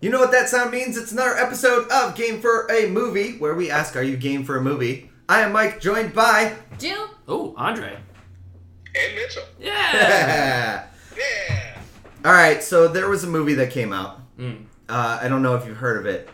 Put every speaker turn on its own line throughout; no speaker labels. You know what that sound means? It's another episode of Game for a Movie, where we ask, Are you game for a movie? I am Mike, joined by.
Jill,
Oh, Andre.
And Mitchell.
Yeah.
Yeah.
Alright, so there was a movie that came out.
Mm.
Uh, I don't know if you've heard of it.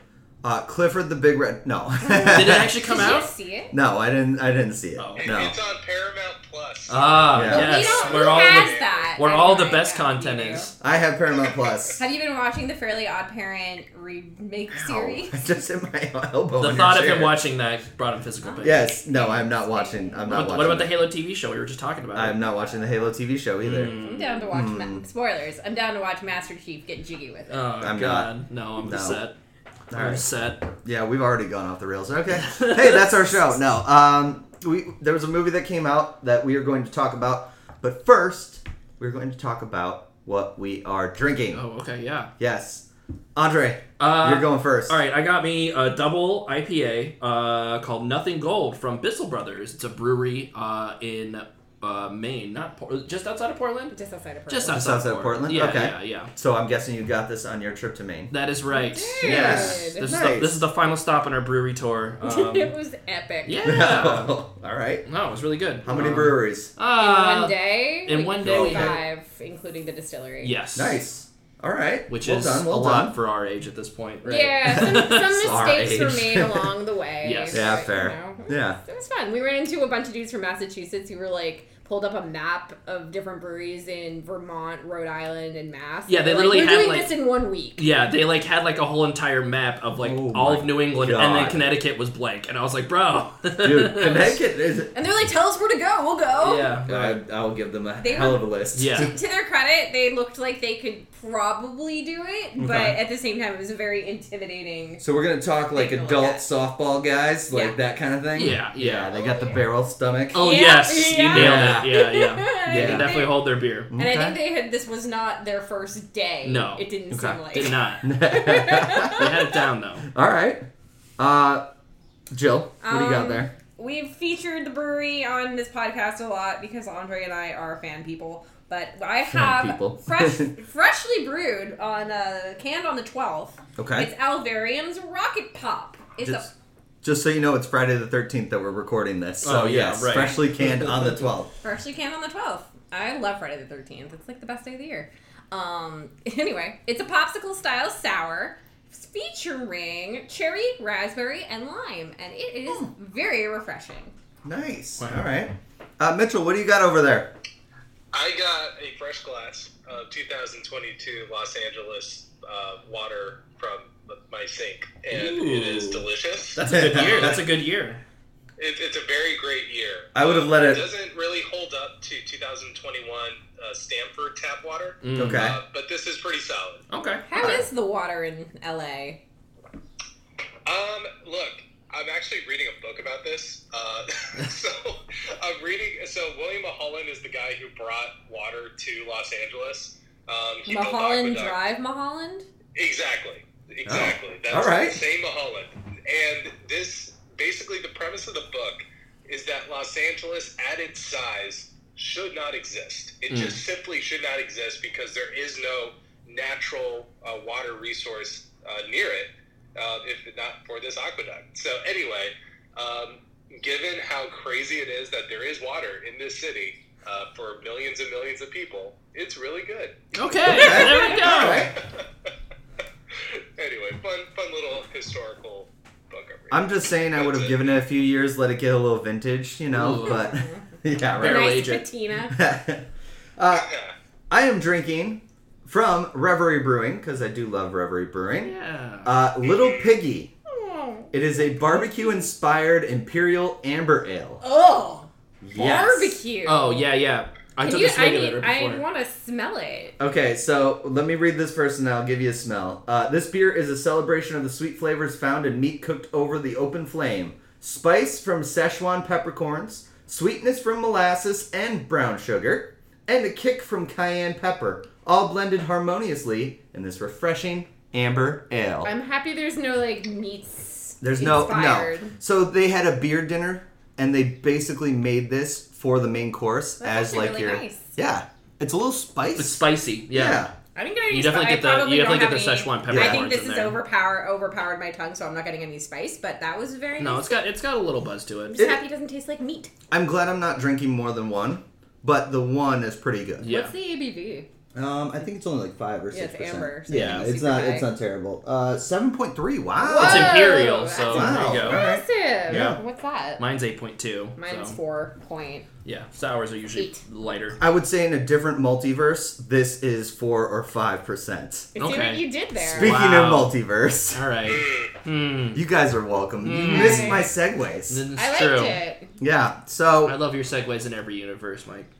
Uh, Clifford the Big Red. No.
Did it actually come
did you
out?
see it?
No, I didn't. I didn't see it.
Oh.
It-
No.
It's on Paramount Plus.
Ah,
Yeah.
You don't,
yes.
who
Where all
has
the
that?
where
I
all
don't
the
know
best
that.
content
You do.
is.
I have Paramount Plus.
Have you been watching the Fairly Odd Parent remake
Ow.
series?
I just hit my elbow.
The
on your
thought of him
chair.
watching that brought him physical pain.
Yes. No, I'm not watching. I'm
What
not
about,
watching.
what about the
that.
Halo TV show we were just talking about? Hmm.
I'm not watching the Halo TV show either.
I'm
Mm.
down to watch.
Hmm.
Ma- spoilers. I'm down to watch Master Chief get jiggy with it.
Oh
I'm
God, no! I'm
No.
upset.
All
I'm
right.
upset.
Yeah, we've already gone off the rails. Okay. hey, that's our show. No. Um, we there was a movie that came out that we are going to talk about, but first we're going to talk about what we are drinking.
Oh, okay, yeah.
Yes, Andre,
Uh,
you're going first.
All right, I got me a double IPA uh, called Nothing Gold from Bissell Brothers. It's a brewery uh, in uh, Maine, not Por- just outside of Portland.
Just outside of
Just
Portland.
outside,
outside of Portland?
Yeah,
Okay.
yeah, yeah.
So I'm guessing you got this on your trip to Maine.
That is right.
Dude.
Yes, this, is
Nice.
the, this is the final stop on our brewery tour. Um,
it was epic.
yeah,
All right.
no, it was really good.
How many
Um,
breweries?
In
Uh,
one day.
in
we
one
did
day we had-
Five, including the distillery.
Yes.
Nice. All right.
Which
well
is
done, well
a
done.
lot for our age at this point, right?
Yeah, some, some
Sorry.
mistakes were made along the way.
Yes.
Yeah,
but,
fair.
you know,
Yeah.
It was fun. We ran into a bunch of dudes from Massachusetts who were like pulled up a map of different breweries in Vermont, Rhode Island, and Mass.
Yeah, they
They're
literally
like,
had,
we're doing
like-
this in one week.
Yeah, they like had like a whole entire map of like
Oh
all
my
of New England, and then
God.
Connecticut was blank, and I was like, bro,
Dude, Connecticut is.
And they're like, tell us where to go. We'll go.
Yeah, right.
I, I'll give them a
They
hell
were-
of a list.
Yeah.
To their credit, they looked like they could probably do it, but
Okay.
at the same time, it was a very intimidating.
So we're gonna talk like
Take a look
adult
at-
softball guys, like
Yeah.
that kind of thing.
Yeah, yeah.
They got the barrel stomach.
Oh
Yeah, yeah.
yes, you nailed it. Yeah, yeah.
I
They
Yeah.
can
think
definitely
they-
hold their beer.
And I think they had. This was not their first day.
No.
it didn't
Okay.
seem like.
Did not. They had it down though.
All right. Uh, Jill, what do you got
Um,
there?
We've featured the brewery on this podcast a lot because Andre and I are fan people. But I
Fan people.
have fresh, freshly brewed on uh, canned on the twelfth.
Okay.
It's Alvarium's Rocket Pop. It's
just, just so you know, it's Friday the thirteenth that we're recording this. So
Oh, yeah,
yes,
right.
freshly canned on the twelfth.
a freshly canned on the twelfth. I love Friday the thirteenth. It's like the best day of the year. Um. Anyway, it's a popsicle style sour featuring cherry, raspberry, and lime, and it is
Hmm.
very refreshing.
Nice.
Wow.
All right. Uh, Mitchell, what do you got over there?
I got a fresh glass of 2022 Los Angeles uh, water from my sink, and it is
Ooh.
delicious.
That's a good year. That's a good year.
It, it's a very great year.
I would have
Um,
let it-
doesn't really hold up to 2021 uh, Stanford tap water,
Mm.
Okay.
uh, but this is pretty solid.
Okay.
How is the water in LA?
Um, look, I'm actually reading a book about this. Uh, so I'm reading. So William Mulholland is the guy who brought water to Los Angeles. Um, he built
Mulholland
aqueduct-
Drive, Mulholland.
Exactly. Exactly. That's
all right.
the same Mulholland. And this basically the premise of the book is that Los Angeles at its size should not exist. It
Mm.
just simply should not exist because there is no natural uh, water resource uh, near it uh, if not for this aqueduct. So anyway, um, given how crazy it is that there is water in this city uh, for millions and millions of people, it's really good.
Okay. There we
All
go.
right.
anyway, fun, fun little historical book. I'm reading.
I'm just saying, I would have given it a few years, let it get a little vintage, you know.
Ooh.
But yeah,
The
Barrel
right.
nice
agent.
patina.
uh,
Yeah.
I am drinking from Reverie Brewing because I do love Reverie Brewing.
Yeah.
Uh, Little Piggy. It is a barbecue-inspired imperial amber ale.
Oh,
Yes.
barbecue.
Oh yeah, yeah. I
Can
took
you,
a swig
I,
of it
need-
right
I
before.
want to smell it.
Okay, so let me read this first and I'll give you a smell. Uh, this beer is a celebration of the sweet flavors found in meat cooked over the open flame. Spice from Szechuan peppercorns, sweetness from molasses and brown sugar, and a kick from cayenne pepper, all blended harmoniously in this refreshing amber ale.
I'm happy there's no like meats.
There's no
inspired.
no. So they had a beer dinner, and they basically made this for the main course
That's
as
actually
like
really
your
nice.
yeah. It's a little spice.
It's spicy. Yeah.
I didn't get any.
You definitely
spice.
get the-
I probably
you
don't
definitely
have
get the
any-
Szechuan
I
peppercorns
think this
in
is
there.
overpower overpowered my tongue, so I'm not getting any spice. But that was very.
No,
nice.
it's got it's got a little buzz to
I'm
it.
just
It-
happy it doesn't taste like meat.
I'm glad I'm not drinking more than one, but the one is pretty good.
Yeah.
What's the ABV?
Um, I think it's only like five or
Yeah,
six
it's
percent.
amber, so
yeah,
it's
it's
super
not.
high.
It's not terrible. Uh, seven point three. Wow.
Whoa,
It's imperial,
that's
so
Wow.
there you go.
Alright.
Impressive.
Yeah.
What's that?
Mine's eight point two.
Mine's
so,
four point.
Yeah, sours are usually
Eight.
lighter.
I would say in a different multiverse, this is four or five percent.
I See
Okay.
what you did there.
Speaking
Wow.
of multiverse,
All right.
Mm.
Hmm.
you guys are welcome. You
Mm.
missed my segues.
It's
I liked
true.
it.
Yeah.
I
So
love your segues in every universe, Mike.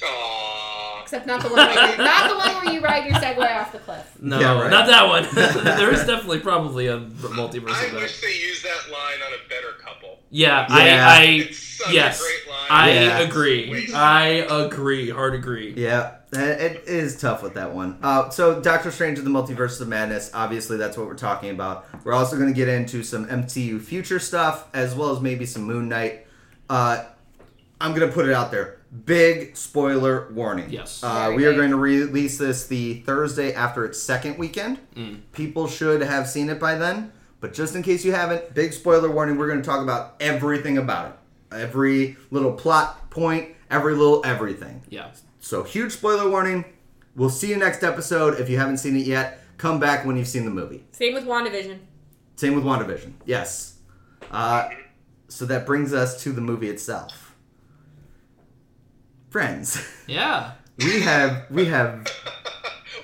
Aww.
Except not the one where you, not the one where you ride your Segway off the cliff.
No,
Yeah, right.
not that one. there is definitely probably a multiverse
I
of that.
wish they used that line on a better couple.
Yeah,
Yeah.
I,
It's such
I, yes,
a great line.
I
Yeah.
agree. I agree. Hard agree.
yeah, it it is tough with that one. Uh, so Doctor Strange in the Multiverse of Madness. Obviously, that's what we're talking about. We're also going to get into some MCU future stuff as well as maybe some Moon Knight. Uh, I'm going to put it out there. Big spoiler warning.
Yes.
Uh,
Very
we are
big.
going to release this the Thursday after its second weekend. People should have seen it by then. But just in case you haven't, big spoiler warning, we're going to talk about everything about it. Every little plot point, every little everything.
Yeah.
So, huge spoiler warning. We'll see you next episode. If you haven't seen it yet, come back when you've seen the movie.
Same with WandaVision.
Same with WandaVision. Yes. Uh, so, that brings us to the movie itself. Friends,
Yeah.
we have we have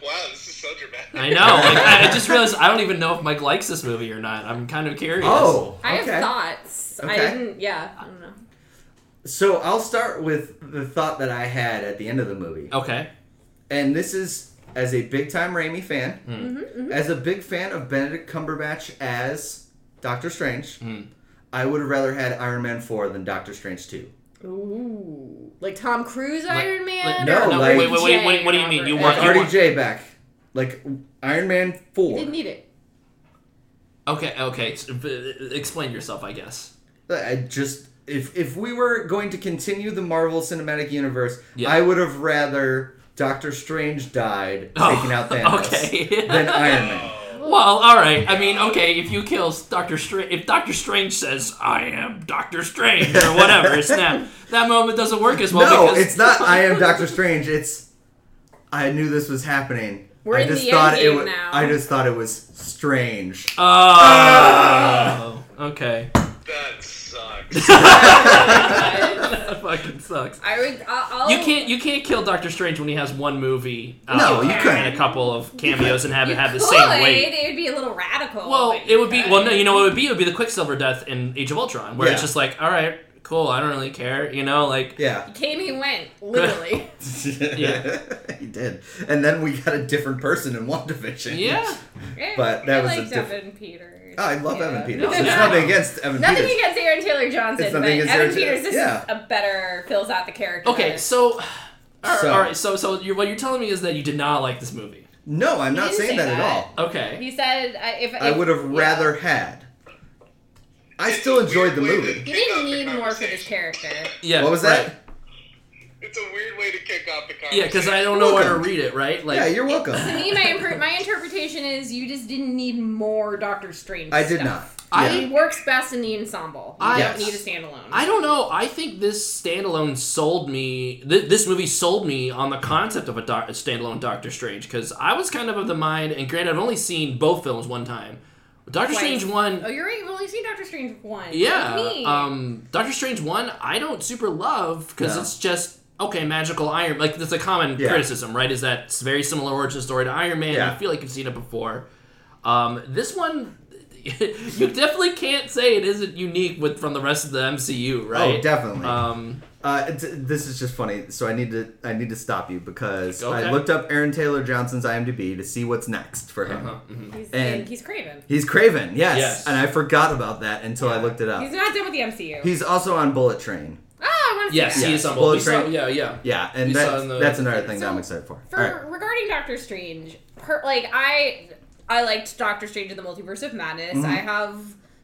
wow, this is so dramatic.
I know. Like, I, I just realized I don't even know if Mike likes this movie or not. I'm kind of curious.
Oh,
I
okay.
have thoughts. I
Okay.
didn't. Yeah. I don't know.
So I'll start with the thought that I had at the end of the movie,
Okay.
and this is as a big time Raimi fan,
Mm-hmm,
as a big fan of Benedict Cumberbatch as Doctor Strange. I would have rather had Iron Man four than Doctor Strange two.
Ooh, mm-hmm. like Tom Cruise Iron Man?
Like,
no,
or
no, like-
wait, wait, wait, what- what do you mean? You want-
Like
you
Robert?
RDJ back, like Iron Man
You
four.
didn't need it.
Okay. Okay. s- b- Explain yourself, I guess.
I just if if we were going to continue the Marvel Cinematic Universe,
Yeah.
I would have rather Doctor Strange died
Oh,
taking out Thanos
okay.
than Iron Man.
Well, all right. I mean, okay. If you kill Doctor Strange, if Doctor Strange says "I am Doctor Strange" or whatever, snap. That moment doesn't work as well.
no,
because
it's not. I am Doctor Strange. It's I knew this was happening.
We're
I
in
just
the
thought
end
it
game
wa-
now.
I just thought it was strange.
Oh. Okay.
That sucks.
that fucking sucks.
I would. I'll, I'll-
You can't you can't kill Doctor Strange when he has one movie. uh,
No, you couldn't.
And a couple of cameos and have
You
it have the
could.
same weight.
It would be a little radical.
Oh,
Well,
but
it would be
could.
well no, you know what it would be? It would be the Quicksilver death in Age of Ultron, where it's
Yeah.
just like, all right, cool, I don't really care, you know, like
Yeah,
Came he went literally.
Yeah.
he did. And then we got a different person in WandaVision.
yeah.
Eh,
But that
I
was a
liked
diff-
Evan Peters.
Oh, I love Evan Peters.
No,
There's
yeah.
nothing against Evan
Nothing
Peters.
against Aaron Taylor Johnson,
It's
but
nothing
Evan
against Aaron Taylor-
Peters is
yeah.
a better fills out the character.
Okay, so all right,
So-
all right, so so you're, what you're telling me is that you did not like this movie.
no, I'm not
didn't
saying
say
that, at
that.
all.
Okay.
He said, I- "If
I
if-
would have
yeah.
rather had. I still enjoyed the movie.
You didn't need more for this character.
Yeah.
What was
right.
that?
It's a weird way to kick off the conversation.
Yeah, because I don't know where to
Welcome.
read it, right? Like
Yeah, you're welcome.
To me, my imper- my interpretation is you just didn't need more Doctor Strange.
I did
stuff.
not.
I-
He works best in the ensemble. You
I-
don't
Yes.
need a standalone.
I don't know. I think this standalone sold me. Th- this movie sold me on the concept of a, doc- a standalone Doctor Strange because I was kind of of the mind. And granted, I've only seen both films one time. Doctor
Twice.
Strange one,
Oh, you're right. You've only seen Doctor Strange once.
yeah.
Like me.
Um, Doctor Strange one, I don't super love because
No.
it's just okay, magical Iron. Like that's a common
Yeah.
criticism, right? Is that it's very similar origin story to Iron Man.
Yeah.
I feel like you've seen it before. Um, this one. you definitely can't say it isn't unique with from the rest of the MCU, right?
Oh, definitely.
Um,
Uh, it's, this is just funny. So I need to I need to stop you because I
Okay.
looked up Aaron Taylor Johnson's IMDb to see what's next for him.
uh-huh, mhm.
he's,
and-
he's Craven.
He's Craven, yes.
Yes.
and I forgot about that until I looked it up.
He's
He's,
not done with the MCU.
also on Bullet Train.
oh, I want to
Yes,
see that.
he is on
Bullet
both. We saw-
Train.
Yeah, yeah.
Yeah, and
You saw
that's,
in the-
that's another thing that I'm
So,
excited for.
For
All right.
regarding Doctor Strange, per, like I, I liked Doctor Strange in the Multiverse of Madness. I have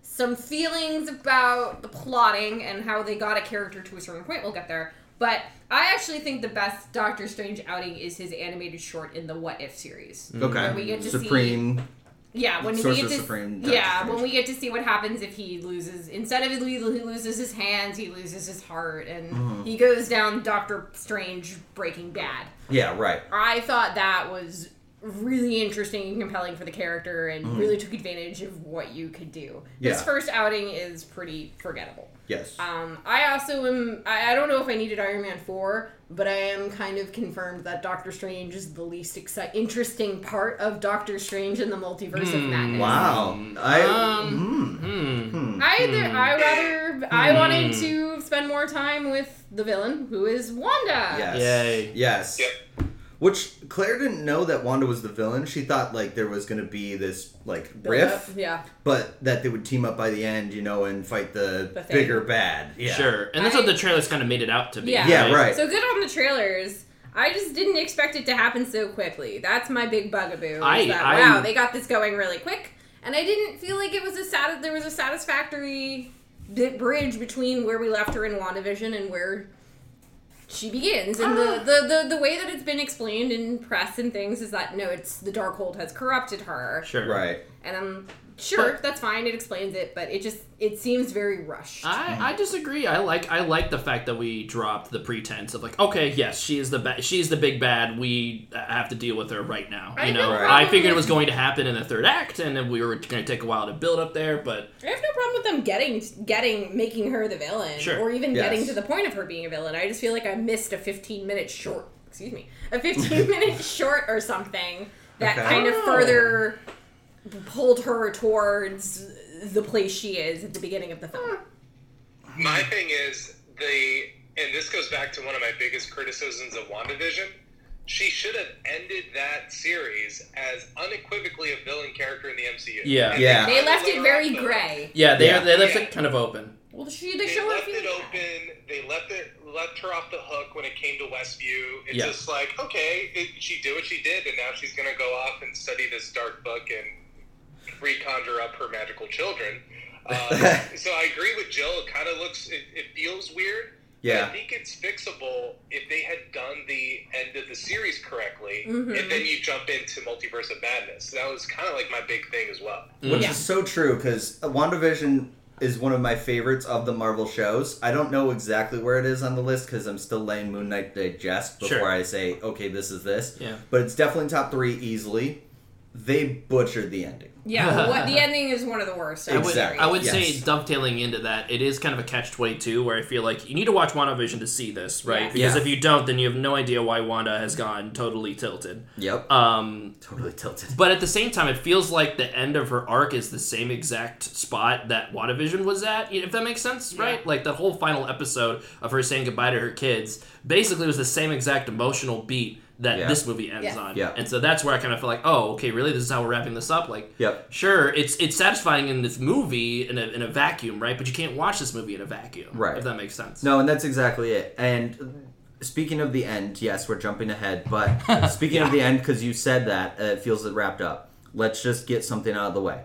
some feelings about the plotting and how they got a character to a certain point. We'll get there, But I actually think the best Doctor Strange outing is his animated short in the What If series.
Okay.
we get to see-
Supreme.
Yeah, when
Source
we
of
get to
Supreme Doctor
yeah,
Strange.
when we get to see what happens if he loses instead of he lo- he loses his hands, he loses his heart, and he goes down Doctor Strange Breaking Bad.
Yeah, right.
I thought that was really interesting and compelling for the character, and really took advantage of what you could do. His
Mm-hmm. Yeah.
first outing is pretty forgettable.
Yes.
Um, I also am. I, I don't know if I needed Iron Man four, but I am kind of confirmed that Doctor Strange is the least exci- interesting part of Doctor Strange in the multiverse of madness.
Hmm, wow. I.
Um,
mm.
Hmm.
I I rather I
Hmm.
wanted to spend more time with the villain, who is Wanda.
Yes.
Yay.
Yes.
Yep.
Which Claire didn't know that Wanda was the villain. She thought like there was gonna be this like
Build up.
riff,
Yeah.
but that they would team up by the end, you know, and fight the,
The thing.
bigger bad. Yeah.
Sure. And that's
I-
what the trailers kind of made it out to be.
Yeah.
Yeah, right.
So good on the trailers. I just didn't expect it to happen so quickly. That's my big bugaboo. is
I-
that,
I-
wow, they got this going really quick, and I didn't feel like it was a sat- there was a satisfactory bit bridge between where we left her in Wandavision and where she begins. And
Ah.
the, the, the, the way that it's been explained in press and things is that no, it's the Darkhold has corrupted her,
Sure.
Right.
and I'm sure
But-
that's fine. It explains it, but it just it seems very rushed.
Mm-hmm.
I, I disagree. I like I like the fact that we dropped the pretense of like, okay, yes, she is the ba- she's the big bad. We uh, have to deal with her right now.
I
You
have no
know,
problem
I figured
with-
it was going to happen in the third act, and then we were going to take a while to build up there. But
I have no problem with them getting, getting, making her the villain,
Sure.
or even
Yes.
getting to the point of her being a villain. I just feel like I missed a fifteen minute short. Excuse me, a fifteen minute short or something that
Okay.
kind of
Oh.
further pulled her towards the place she is at the beginning of the film.
My thing is the, and this goes back to one of my biggest criticisms of WandaVision. She should have ended that series as unequivocally a villain character in the MCU.
Yeah.
And
Yeah.
They left it very
kinda
gray.
yeah, they
Yeah.
they left
Yeah.
it kind of open.
Well, she they
They
show her
left it
feeling.
open. They left it left her off the hook when it came to Westview. It's
Yeah.
just like okay, it, she did what she did, and now she's gonna go off and study this dark book and reconjure up her magical children. Uh, so I agree with Jill. It kind of looks, it, it feels weird. but I
Yeah.
think it's fixable if they had done the end of the series correctly,
Mhm.
and then you jump into Multiverse of Madness. That was kind of like my big thing as well.
Which
Yeah.
is so true because WandaVision is one of my favorites of the Marvel shows. I don't know exactly where it is on the list because I'm still letting Moon Knight digest before
Sure.
I say, okay, this is this.
Yeah.
But it's definitely top three easily. They butchered the ending.
Yeah, what the ending is one of the worst. I'm
I would,
Exactly.
I would say
Yes.
dovetailing into that, it is kind of a catch twenty two where I feel like you need to watch WandaVision to see this, right?
Yes.
Because
Yeah.
if you don't, then you have no idea why Wanda has gone totally tilted.
Yep.
Um,
totally tilted.
But at the same time, it feels like the end of her arc is the same exact spot that WandaVision was at, if that makes sense, right? Like the whole final episode of her saying goodbye to her kids basically was the same exact emotional beat that
Yeah.
this movie ends
Yeah.
on.
Yeah.
And so that's where I kind of feel like, oh, okay, really? This is how we're wrapping this up? Like,
Yep.
sure, it's it's satisfying in this movie in a, in a vacuum, right? But you can't watch this movie in a vacuum,
Right.
if that makes sense.
No, and that's exactly it. And speaking of the end, yes, we're jumping ahead, but speaking of the end, because you said that, uh, it feels it wrapped up. Let's just get something out of the way.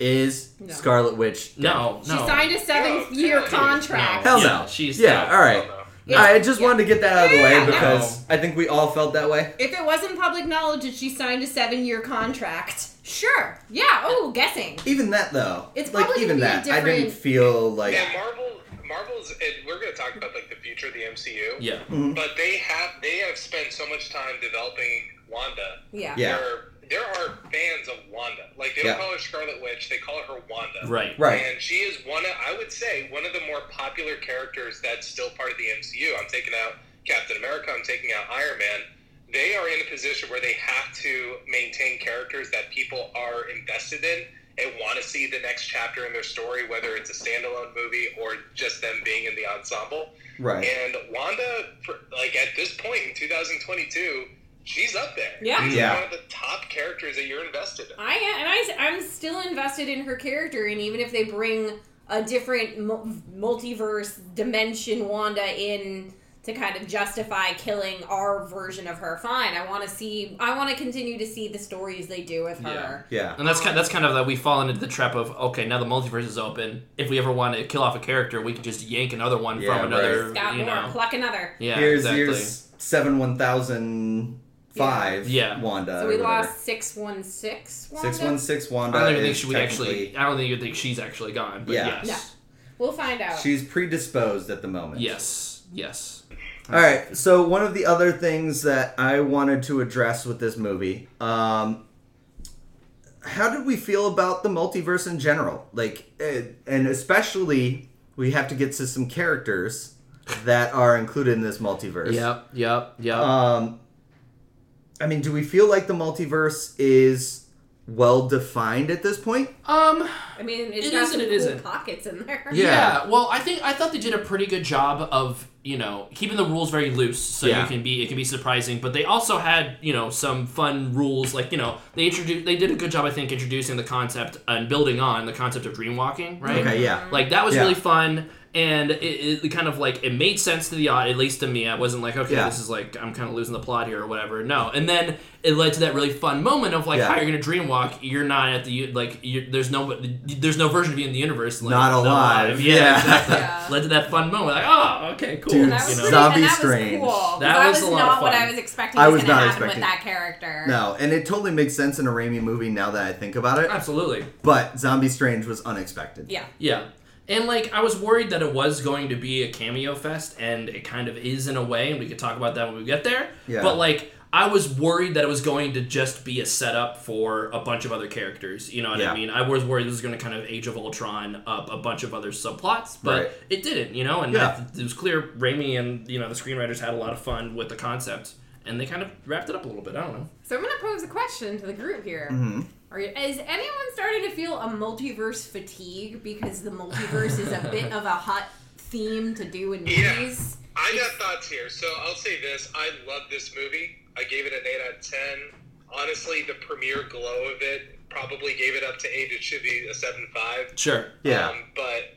Is
No.
Scarlet Witch? dead?
No,
She
no.
signed a seven year
No.
contract.
Hell
Yeah,
no.
she's
yeah.
dead.
All right.
Hell
no.
I just wanted to get that out of the way
Yeah.
because I think we all felt that way.
If it wasn't public knowledge that she signed a seven year contract, sure. Yeah, oh, guessing.
Even that though,
It's
like
probably
even
gonna
that,
be a
I didn't
different-
feel like
Yeah, Marvel, Marvel's. And we're going to talk about like the future of the MCU.
Yeah.
But they have they have spent so much time developing Wanda.
Yeah.
Yeah.
There, there are fans of Wanda. Like they don't
Yeah.
call her Scarlet Witch, they call her Wanda.
Right.
Right.
And she is one of I would say one of the more popular characters that's still part of the MCU. I'm taking out Captain America, I'm taking out Iron Man. They are in a position where they have to maintain characters that people are invested in and want to see the next chapter in their story, whether it's a standalone movie or just them being in the ensemble.
right.
And Wanda, for, like at this point in 2022, she's up there.
Yeah.
she's
Yeah.
one of the top characters that you're invested in.
I am, and I, I'm still invested in her character, and even if they bring a different mul- multiverse dimension Wanda in to kind of justify killing our version of her. Fine, I want to see. I want to continue to see the stories they do with her.
Yeah.
And that's kind that's kind of that we've fallen into the trap of okay now the multiverse is open if we ever want to kill off a character we can just yank another one
Yeah,
from another
Just got
you
more.
know
Pluck another.
yeah
here's
exactly
here's seven one thousand five.
Yeah. Yeah.
Wanda.
so we lost six one six.
six one six Wanda.
I don't even think
is
she we actually
Uh, technically-
I don't think you think she's actually gone but
Yeah.
yes
We'll find out.
She's predisposed at the moment.
yes yes
All right. So one of the other things that I wanted to address with this movie, um, how did we feel about the multiverse in general? Like, eh, and especially we have to get to some characters that are included in this multiverse.
yep yep yep
Um, I mean, do we feel like the multiverse is well defined at this point?
um.
I mean, it's
It
got
is
some
and it
cool
isn't.
pockets in there.
Yeah.
Yeah. Well, I think I thought they did a pretty good job of you know keeping the rules very loose, so
Yeah.
you can be it can be surprising. But they also had you know some fun rules, like you know they introduced they did a good job, I think, introducing the concept and building on the concept of dreamwalking, right?
Okay, yeah.
Like that was
Yeah.
really fun. And it, it kind of like it made sense to the odd, at least to me. I wasn't like, okay,
Yeah.
this is like I'm kind of losing the plot here or whatever. No, and then it led to that really fun moment of like,
Yeah.
how you're gonna dreamwalk? You're not at the like, you're, there's no there's no version of you in the universe. Like,
Not alive.
Yeah,
Yeah.
exactly.
Yeah.
Led to that fun moment. Like, oh, okay, cool.
Dude,
And that was
you know?
pretty,
Zombie
and that
Strange.
Was cool, 'cause
That
that
was
was,
a lot of
not what
fun.
I was expecting.
I
was,
was
gonna
not
happen
expecting-
with that character.
No, and it totally makes sense in a Raimi movie now that I think about it.
Absolutely.
But Zombie Strange was unexpected.
Yeah.
Yeah. And like I was worried that it was going to be a cameo fest, and it kind of is in a way, and we could talk about that when we get there.
Yeah.
But like I was worried that it was going to just be a setup for a bunch of other characters. You know what
Yeah.
I mean? I was worried this was going to kind of Age of Ultron up a bunch of other subplots, but
Right.
it didn't. You know, and
Yeah.
I- it was clear Raimi and you know the screenwriters had a lot of fun with the concept, and they kind of wrapped it up a little bit. I don't know.
So I'm gonna pose a question to the group here.
Mm-hmm.
Are you, is anyone starting to feel a multiverse fatigue because the multiverse is a bit of a hot theme to do in
Yeah.
movies?
I got thoughts here. So I'll say this. I love this movie. I gave it an 8 out of 10. Honestly, the premiere glow of it probably gave it up to 8. It should be a 7.5.
Sure.
Yeah.
Um, but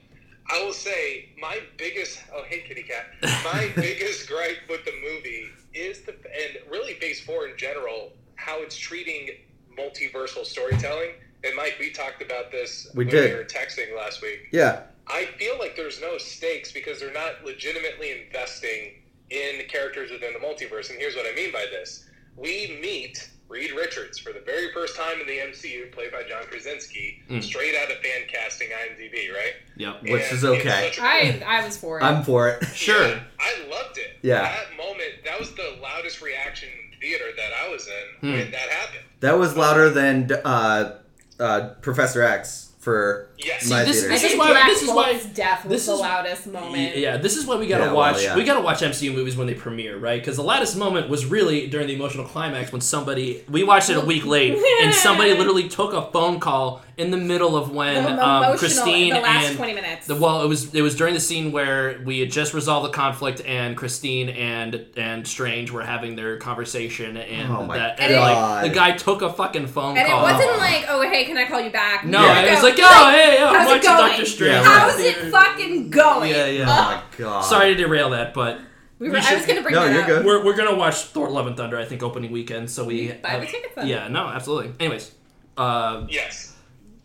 I will say my biggest, oh, hey, kitty cat. My biggest gripe with the movie is the, and really Phase 4 in general, how it's treating multiversal storytelling. And Mike, we talked about this
We
when
did.
we were texting last week.
yeah.
I feel like there's no stakes because they're not legitimately investing in the characters within the multiverse. And here's what I mean by this: we meet Reed Richards for the very first time in the MCU, played by John Krasinski,
Mm.
straight out of fan casting IMDb, right?
Yep.
Hmm. Which
And
is
it's
okay.
such a-
I I was for it.
I'm for it.
Sure.
I loved it.
Yeah.
That moment, that was the loudest reaction in theater that I was in
Hmm.
when that happened.
That was louder than uh, uh, Professor X for
Yes.
my
this-
theater.
I
this is
think
why-
Black
this is why-
Bolt's death was
this
the
is-
loudest moment.
Yeah, this is why we gotta
Yeah, well,
watch.
yeah.
We gotta watch MCU movies when they premiere, right? Because the loudest moment was really during the emotional climax when somebody. We watched it a week late, and somebody literally took a phone call in the middle of
The
when
emotional
um,
in
Christine
the last
and
20 minutes.
the, well, it was it was during the scene where we had just resolved the conflict, and Christine and and Strange were having their conversation, and
Oh my
that and like
God.
the guy took a fucking phone
and it
call.
wasn't like, oh hey, can I call you back?
no,
Yeah.
it was
No,
like,
it's
oh hey, oh,
how's
I'm
it
watching
going?
Doctor Strange.
How's it fucking going?
Yeah, yeah.
oh my god.
Sorry to derail that, but
We
You
were,
should-
I was gonna bring
No,
that
you're
up.
good.
We're, we're gonna watch Thor: Love and Thunder. I think opening weekend. So we
Buy the tickets then.
yeah, no, absolutely. Anyways, uh,
Yes.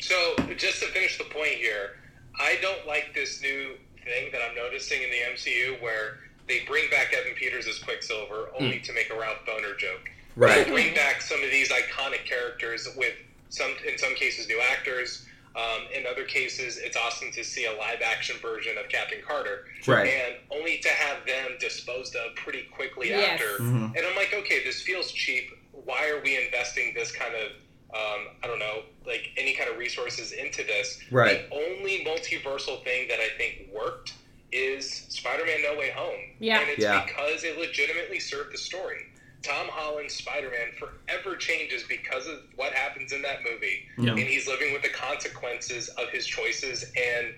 So just to finish the point here, I don't like this new thing that I'm noticing in the MCU where they bring back Evan Peters as Quicksilver only to make a Ralph Boner joke. They
Right.
bring back some of these iconic characters with some, in some cases, new actors. Um, in other cases, it's awesome to see a live action version of Captain Carter,
Right.
and only to have them disposed of pretty quickly
Yes.
after.
Mhm.
And I'm like, okay, this feels cheap. Why are we investing this kind of, um, I don't know, like any kind of resources into this?
Right.
The only multiversal thing that I think worked is Spider Man No Way Home.
Yeah.
And it's
Yeah.
because it legitimately served the story. Tom Holland's Spider Man forever changes because of what happens in that movie.
Yeah.
And he's living with the consequences of his choices and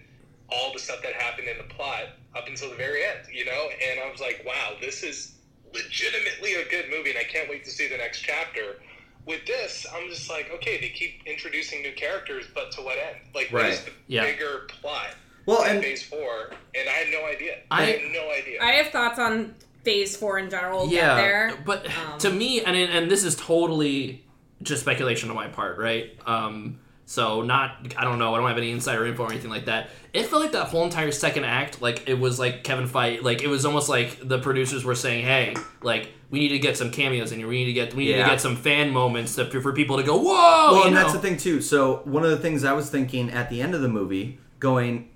all the stuff that happened in the plot up until the very end, you know? And I was like, wow, this is legitimately a good movie, and I can't wait to see the next chapter. With this, I'm just like, okay, they keep introducing new characters, but to what end? Like, what is
Right.
the
Yeah.
bigger plot
Well,
in
and
Phase Four? And I had no idea.
I-
I, had no idea.
I have thoughts on Phase Four in general
yeah,
get there.
but
Um,
to me, and and this is totally just speculation on my part, right? Um, so not, I don't know, I don't have any insider info or anything like that. It felt like that whole entire second act, like it was like Kevin Feige, like it was almost like the producers were saying, hey, like we need to get some cameos in here, we need to get, we need
Yeah.
to get some fan moments to, for people to go, whoa,
well,
you
and
know?
that's the thing too. So one of the things I was thinking at the end of the movie, going,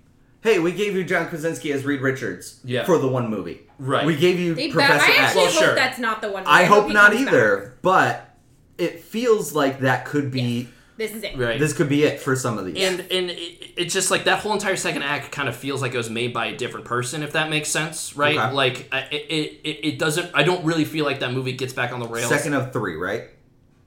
"Hey, we gave you John Krasinski as Reed Richards
Yeah.
for the one movie.
Right.
We gave you
they ba-
Professor
I
X.
actually
Well,
hope
sure.
that's not the one.
I hope
he
not
comes back.
either, but it feels like that could be
This is it.
right.
this could be it for some of these.
and and it, it's just like that whole entire second act kind of feels like it was made by a different person if that makes sense right
Okay.
like I- it, it it doesn't i don't really feel like that movie gets back on the rails
second of three, right?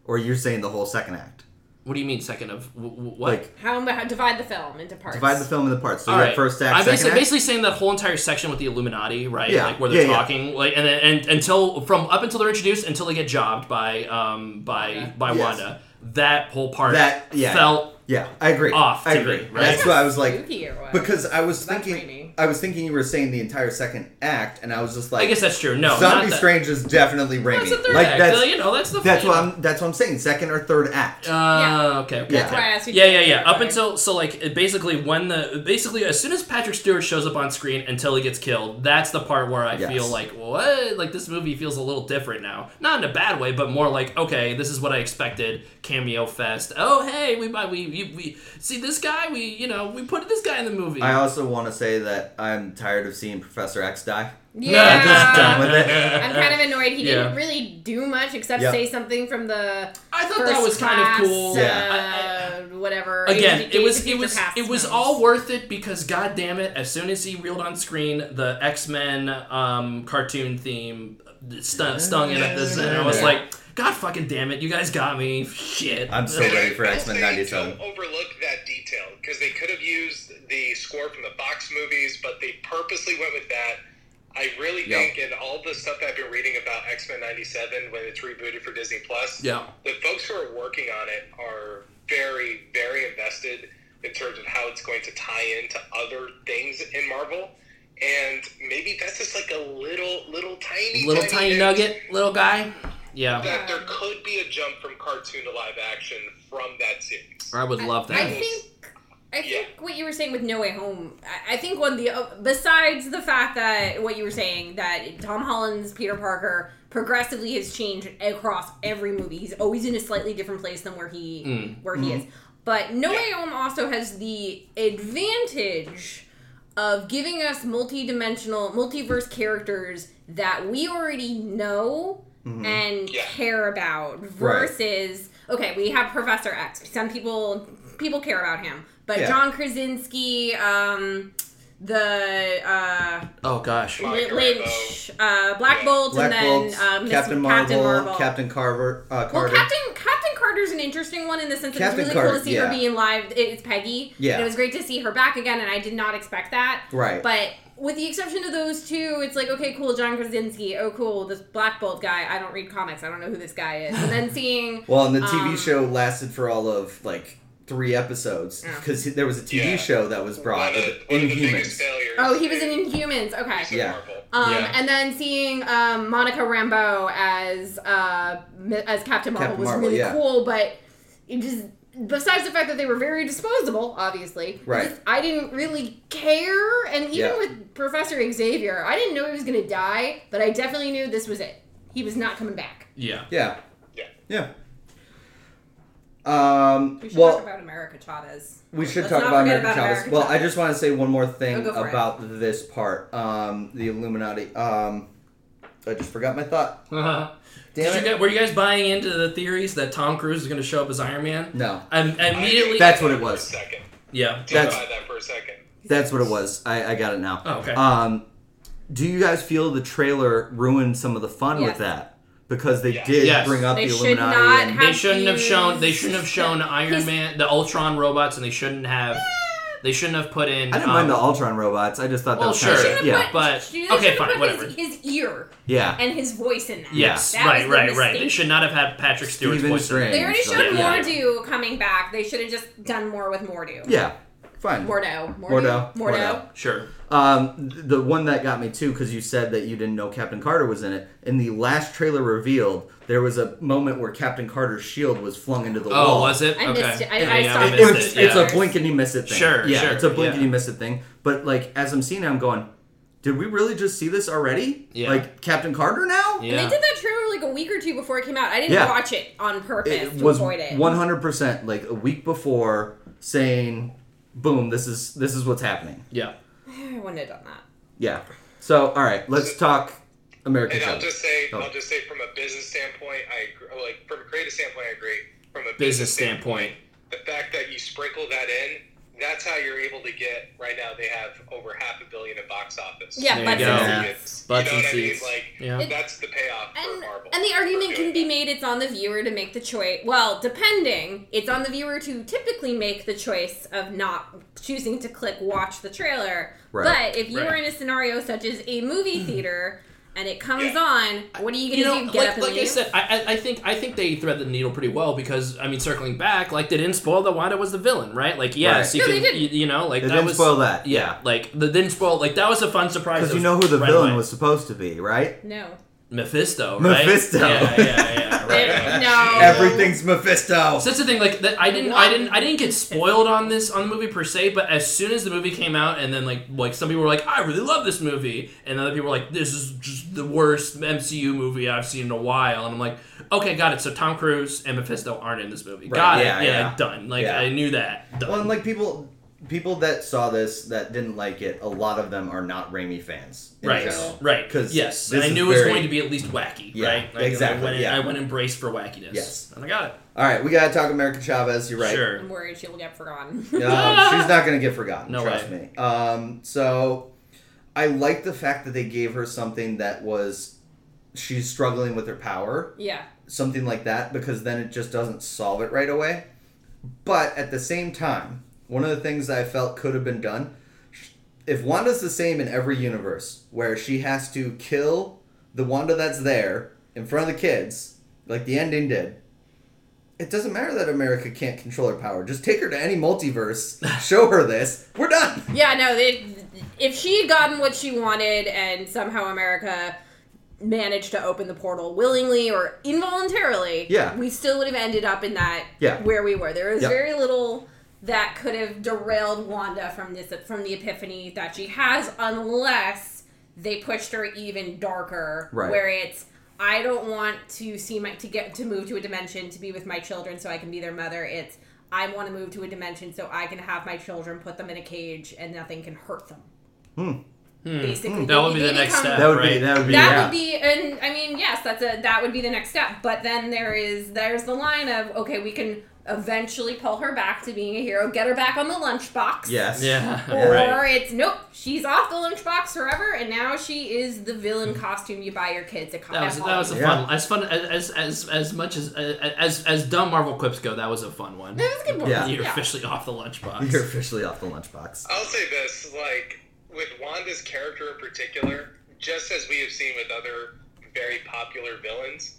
Or you're saying the whole second act?
what do you mean second of w- w- what
Like
How, how divide the film into parts?
divide the film into parts. So
All
you
right.
have first act,
I'm
second
basically,
act.
basically saying that whole entire section with the Illuminati, right?
Yeah.
Like where they're
Yeah, yeah.
talking, like and then and until from up until they're introduced until they get jobbed by um by
Okay.
by
Yes.
Wanda. That whole part
That- yeah.
felt
yeah, I agree.
off
I
to
agree.
me, right?
That's what I was like.
Spooky or what?
Because I was
That's
thinking,
creepy.
I was thinking you were saying the entire second act, and I was just like,
I guess that's true. No, not
Zombie
that-
Strange is definitely Raimi.
That's the third
like
act. uh,
that's
you know, that's the
that's what
final.
I'm that's what I'm saying. Second or third act.
Uh, okay, okay.
Yeah.
That's why I asked you.
Yeah,
to
yeah, yeah. Up
clarify.
until so like it basically when the basically as soon as Patrick Stewart shows up on screen until he gets killed, that's the part where I
Yes.
feel like what like this movie feels a little different now. Not in a bad way, but more like okay, this is what I expected. Cameo fest. Oh hey, we might we we, we see this guy. We you know we put this guy in the movie.
I also want to say that I'm tired of seeing Professor X die.
Yeah.
I'm just done with it.
I'm kind of annoyed he
Yeah.
didn't really do much except
Yep.
say something from the
I thought
first
that was kind
class,
of cool.
Yeah.
Uh, whatever.
again
Days-
it was
Days
it
of
was
Future Past
it was
knows.
all worth it because god damn it as soon as he reeled on screen the x-men um, cartoon theme stu- stung in at this and i was like god fucking damn it you guys got me shit
I'm so ready for
I'll
X Men
say
'97.
Don't overlook that detail because they could have used the score from the Fox movies, but they purposely went with that. I really
Yeah.
think in all the stuff I've been reading about X Men '97 when it's rebooted for Disney Plus,
yeah
the folks who are working on it are very, very invested in terms of how it's going to tie into other things in Marvel. And maybe that's just like a little, little tiny,
little tiny
hint
nugget little guy yeah
That there could be a jump from cartoon to live action from that series.
i would love
I
that
think. I think what you were saying with No Way Home, I, I think one of the uh, besides the fact that what you were saying that Tom Holland's Peter Parker progressively has changed across every movie. He's always in a slightly different place than where he
Mm.
where he is. But No
Mm-hmm. Yeah.
Way Home also has the advantage of giving us multi-dimensional, multiverse characters that we already know
Mm-hmm.
and
Yeah.
care about
Right.
versus okay we have professor x some people people care about him but
Yeah.
john krasinski um the uh
oh gosh
Black
Lin-
Rainbow.
lynch uh black
Yeah.
bolt
Black
and
Bolt,
then um,
Captain,
Miss-
Marvel,
captain marvel
Captain Carver, uh,
well,
Carter.
Captain Captain Carter's an interesting one in the sense that
Captain
it's really
Carter,
cool to see
yeah.
her being live. It's Peggy.
Yeah.
And it was great to see her back again, and I did not expect that.
Right.
But with the exception of those two, it's like, okay, cool, John Krasinski. Oh, cool, this Black Bolt guy. I don't read comics. I don't know who this guy is. And then seeing.
well, and the TV
um,
show lasted for all of like three episodes
Yeah.
because there was a TV
Yeah.
show that was brought
One of,
in
the- one of the biggest
Inhumans.
failures.
Oh, he was in Inhumans. Okay.
Yeah.
Marvel.
Um,
Yeah.
And then seeing um, Monica Rambeau as uh, mi- as Captain Marvel
Captain
was
Marvel,
really
yeah.
cool, but it just besides the fact that they were very disposable, obviously, it
Right.
just- I didn't really care, and even
Yeah.
with Professor Xavier, I didn't know he was gonna die, but I definitely knew this was it. He was not coming back.
yeah
Yeah,
Yeah.
yeah. Um, well,
about America Chavez.
We should
Let's
talk
not
about
forget
American
about
Chavez.
American
well, I
Chavez.
just want to say one more thing
Oh, go for it.
about this part, um, the Illuminati. Um, I just forgot my thought. Damn
Did you
it.
guys, were you guys buying into the theories that tom cruise is going to show up as iron man
No,
i
Uh,
immediately
That- That's what it was.
For a second.
yeah
That's-
That's by that for a second.
that's what it was. I, I got it now.
Oh, okay
Um, do you guys feel the trailer ruined some of the fun with
Yes.
that? Because they
Yes.
did
Yes.
bring up
They
the
should
Illuminati.
not
and-
have-
they shouldn't have shown they shouldn't have shown
He's-
Iron Man the Ultron robots and they shouldn't have they shouldn't have put in
I didn't
um,
mind the Ultron robots. I just thought that
Well,
was kind
sure.
of, yeah,
but- okay, fine, whatever.
His, his ear
yeah.
and his voice in that.
Yes,
That was
right,
the
right, right. They
mistake.
should not have had Patrick Stewart's
Stephen
voice. in it.
Strange.
They already
so-
showed
Yeah.
Mordu coming back. They should have just done more with Mordu.
Yeah, Fine.
Mordo.
Mordo. Mordo.
Mordo. Mordo.
Sure.
Um, th- the one that got me too, because you said that you didn't know Captain Carter was in it. In the last trailer revealed, there was a moment where Captain Carter's shield was flung into the wall.
Oh, was it?
I
okay.
missed it. I-
Yeah,
I
yeah,
saw
It-
it.
missed
it's,
it.
it's
yeah.
a blink and you miss it thing.
Sure,
yeah,
sure,
it's a blink
yeah.
and you miss it thing. But like as I'm seeing, it, I'm going, did we really just see this already?
Yeah.
Like Captain Carter now?
And
Yeah.
they did that trailer like a week or two before it came out. I didn't
Yeah.
watch it on purpose
It
to
was
avoid it.
100 percent like a week before saying, boom, this is this is what's happening.
Yeah.
I wouldn't have done that.
Yeah. So all right, let's talk American.
And I'll
Shutter.
just say,
Oh.
I'll just say, from a business standpoint, I agree. Like from a creative standpoint, I agree. From a
Business standpoint.
the fact that you sprinkle that in, that's how you're able to get. Right now, they have over half a billion in box office.
Yeah,
There you
butts
go.
and
Yeah.
seats.
You know
Butts and
what I mean?
seats.
Like
Yeah.
that's the payoff for
And,
Marvel.
and the
for
argument
doing
can be
that.
made it's on the viewer to make the choice. Well, depending, it's on the viewer to typically make the choice of not choosing to click watch the trailer.
Right.
But if you
Right.
were in a scenario such as a movie theater and it comes
Yeah.
on, what are you gonna do? Get
like,
up and
like I
leave?
said, I, I- I think I think they thread the needle pretty well because I mean, circling back, like they didn't spoil that Wanda was the villain, right? Like, yes,
Right.
you
No,
can,
they didn't.
you, you know, like
They
that
didn't
was
spoil that.
Yeah, like they didn't spoil. Like that was a fun surprise.
Because
that
you
was
know who the
right
villain
away.
was supposed to be, right?
no.
Mephisto. Right?
Mephisto.
Yeah, yeah, yeah. Right. right.
no.
Everything's Mephisto.
So that's the thing. Like that, I didn't, I didn't, I didn't get spoiled on this on the movie per se. But as soon as the movie came out, and then like like some people were like, I really love this movie, and other people were like, this is just the worst MCU movie I've seen in a while. And I'm like, okay, got it. So Tom Cruise and Mephisto aren't in this movie.
Right,
Got
yeah,
it. Yeah,
yeah.
done. Like
Yeah.
I knew that. Done.
Well, and like people, people that saw this that didn't like it, a lot of them are not Raimi fans. in
Right,
general.
right.
'Cause
yes,
this
I
is
knew it was
very-
going to be at least wacky,
Yeah,
right? Like,
exactly,
I went, in,
yeah.
I went in brace for wackiness.
Yes.
and I got it.
All right, we gotta talk American Chavez. You're right.
Sure.
I'm worried she'll get forgotten.
Um, she's not gonna get forgotten.
No
trust me. Um, so I like the fact that they gave her something that was she's struggling with her power,
yeah.
something like that, because then it just doesn't solve it right away. But at the same time, one of the things that I felt could have been done, if Wanda's the same in every universe, where she has to kill the Wanda that's there in front of the kids, like the ending did, it doesn't matter that America can't control her power. Just take her to any multiverse, show her this, we're done.
Yeah, no, they, if she had gotten what she wanted and somehow America managed to open the portal willingly or involuntarily,
Yeah.
we still would have ended up in that
Yeah.
where we were. There was
Yeah.
very little that could have derailed Wanda from this from the epiphany that she has unless they pushed her even darker
Right.
where it's I don't want to see my to get to move to a dimension to be with my children so I can be their mother. It's I want to move to a dimension so I can have my children, put them in a cage, and nothing can hurt them. Basically,
Hmm. That would
they-
be the
they
next
become-
step.
Hmm. That would be
Right.
that would be
That
yeah.
would be, and I mean, yes, that's a that would be the next step. But then there is there's the line of okay, we can eventually pull her back to being a hero, get her back on the lunchbox.
yes.
Yeah,
Or
right.
it's nope, she's off the lunchbox forever, and now she is the villain costume you buy your kids at
That was
college.
that was a
Yeah.
fun as fun as as as much as as as dumb Marvel quips go. That was a fun one.
That was a good one.
Yeah.
You're
Yeah.
officially off the lunchbox.
You're officially off the lunchbox.
I'll say this, like with Wanda's character in particular, just as we have seen with other very popular villains,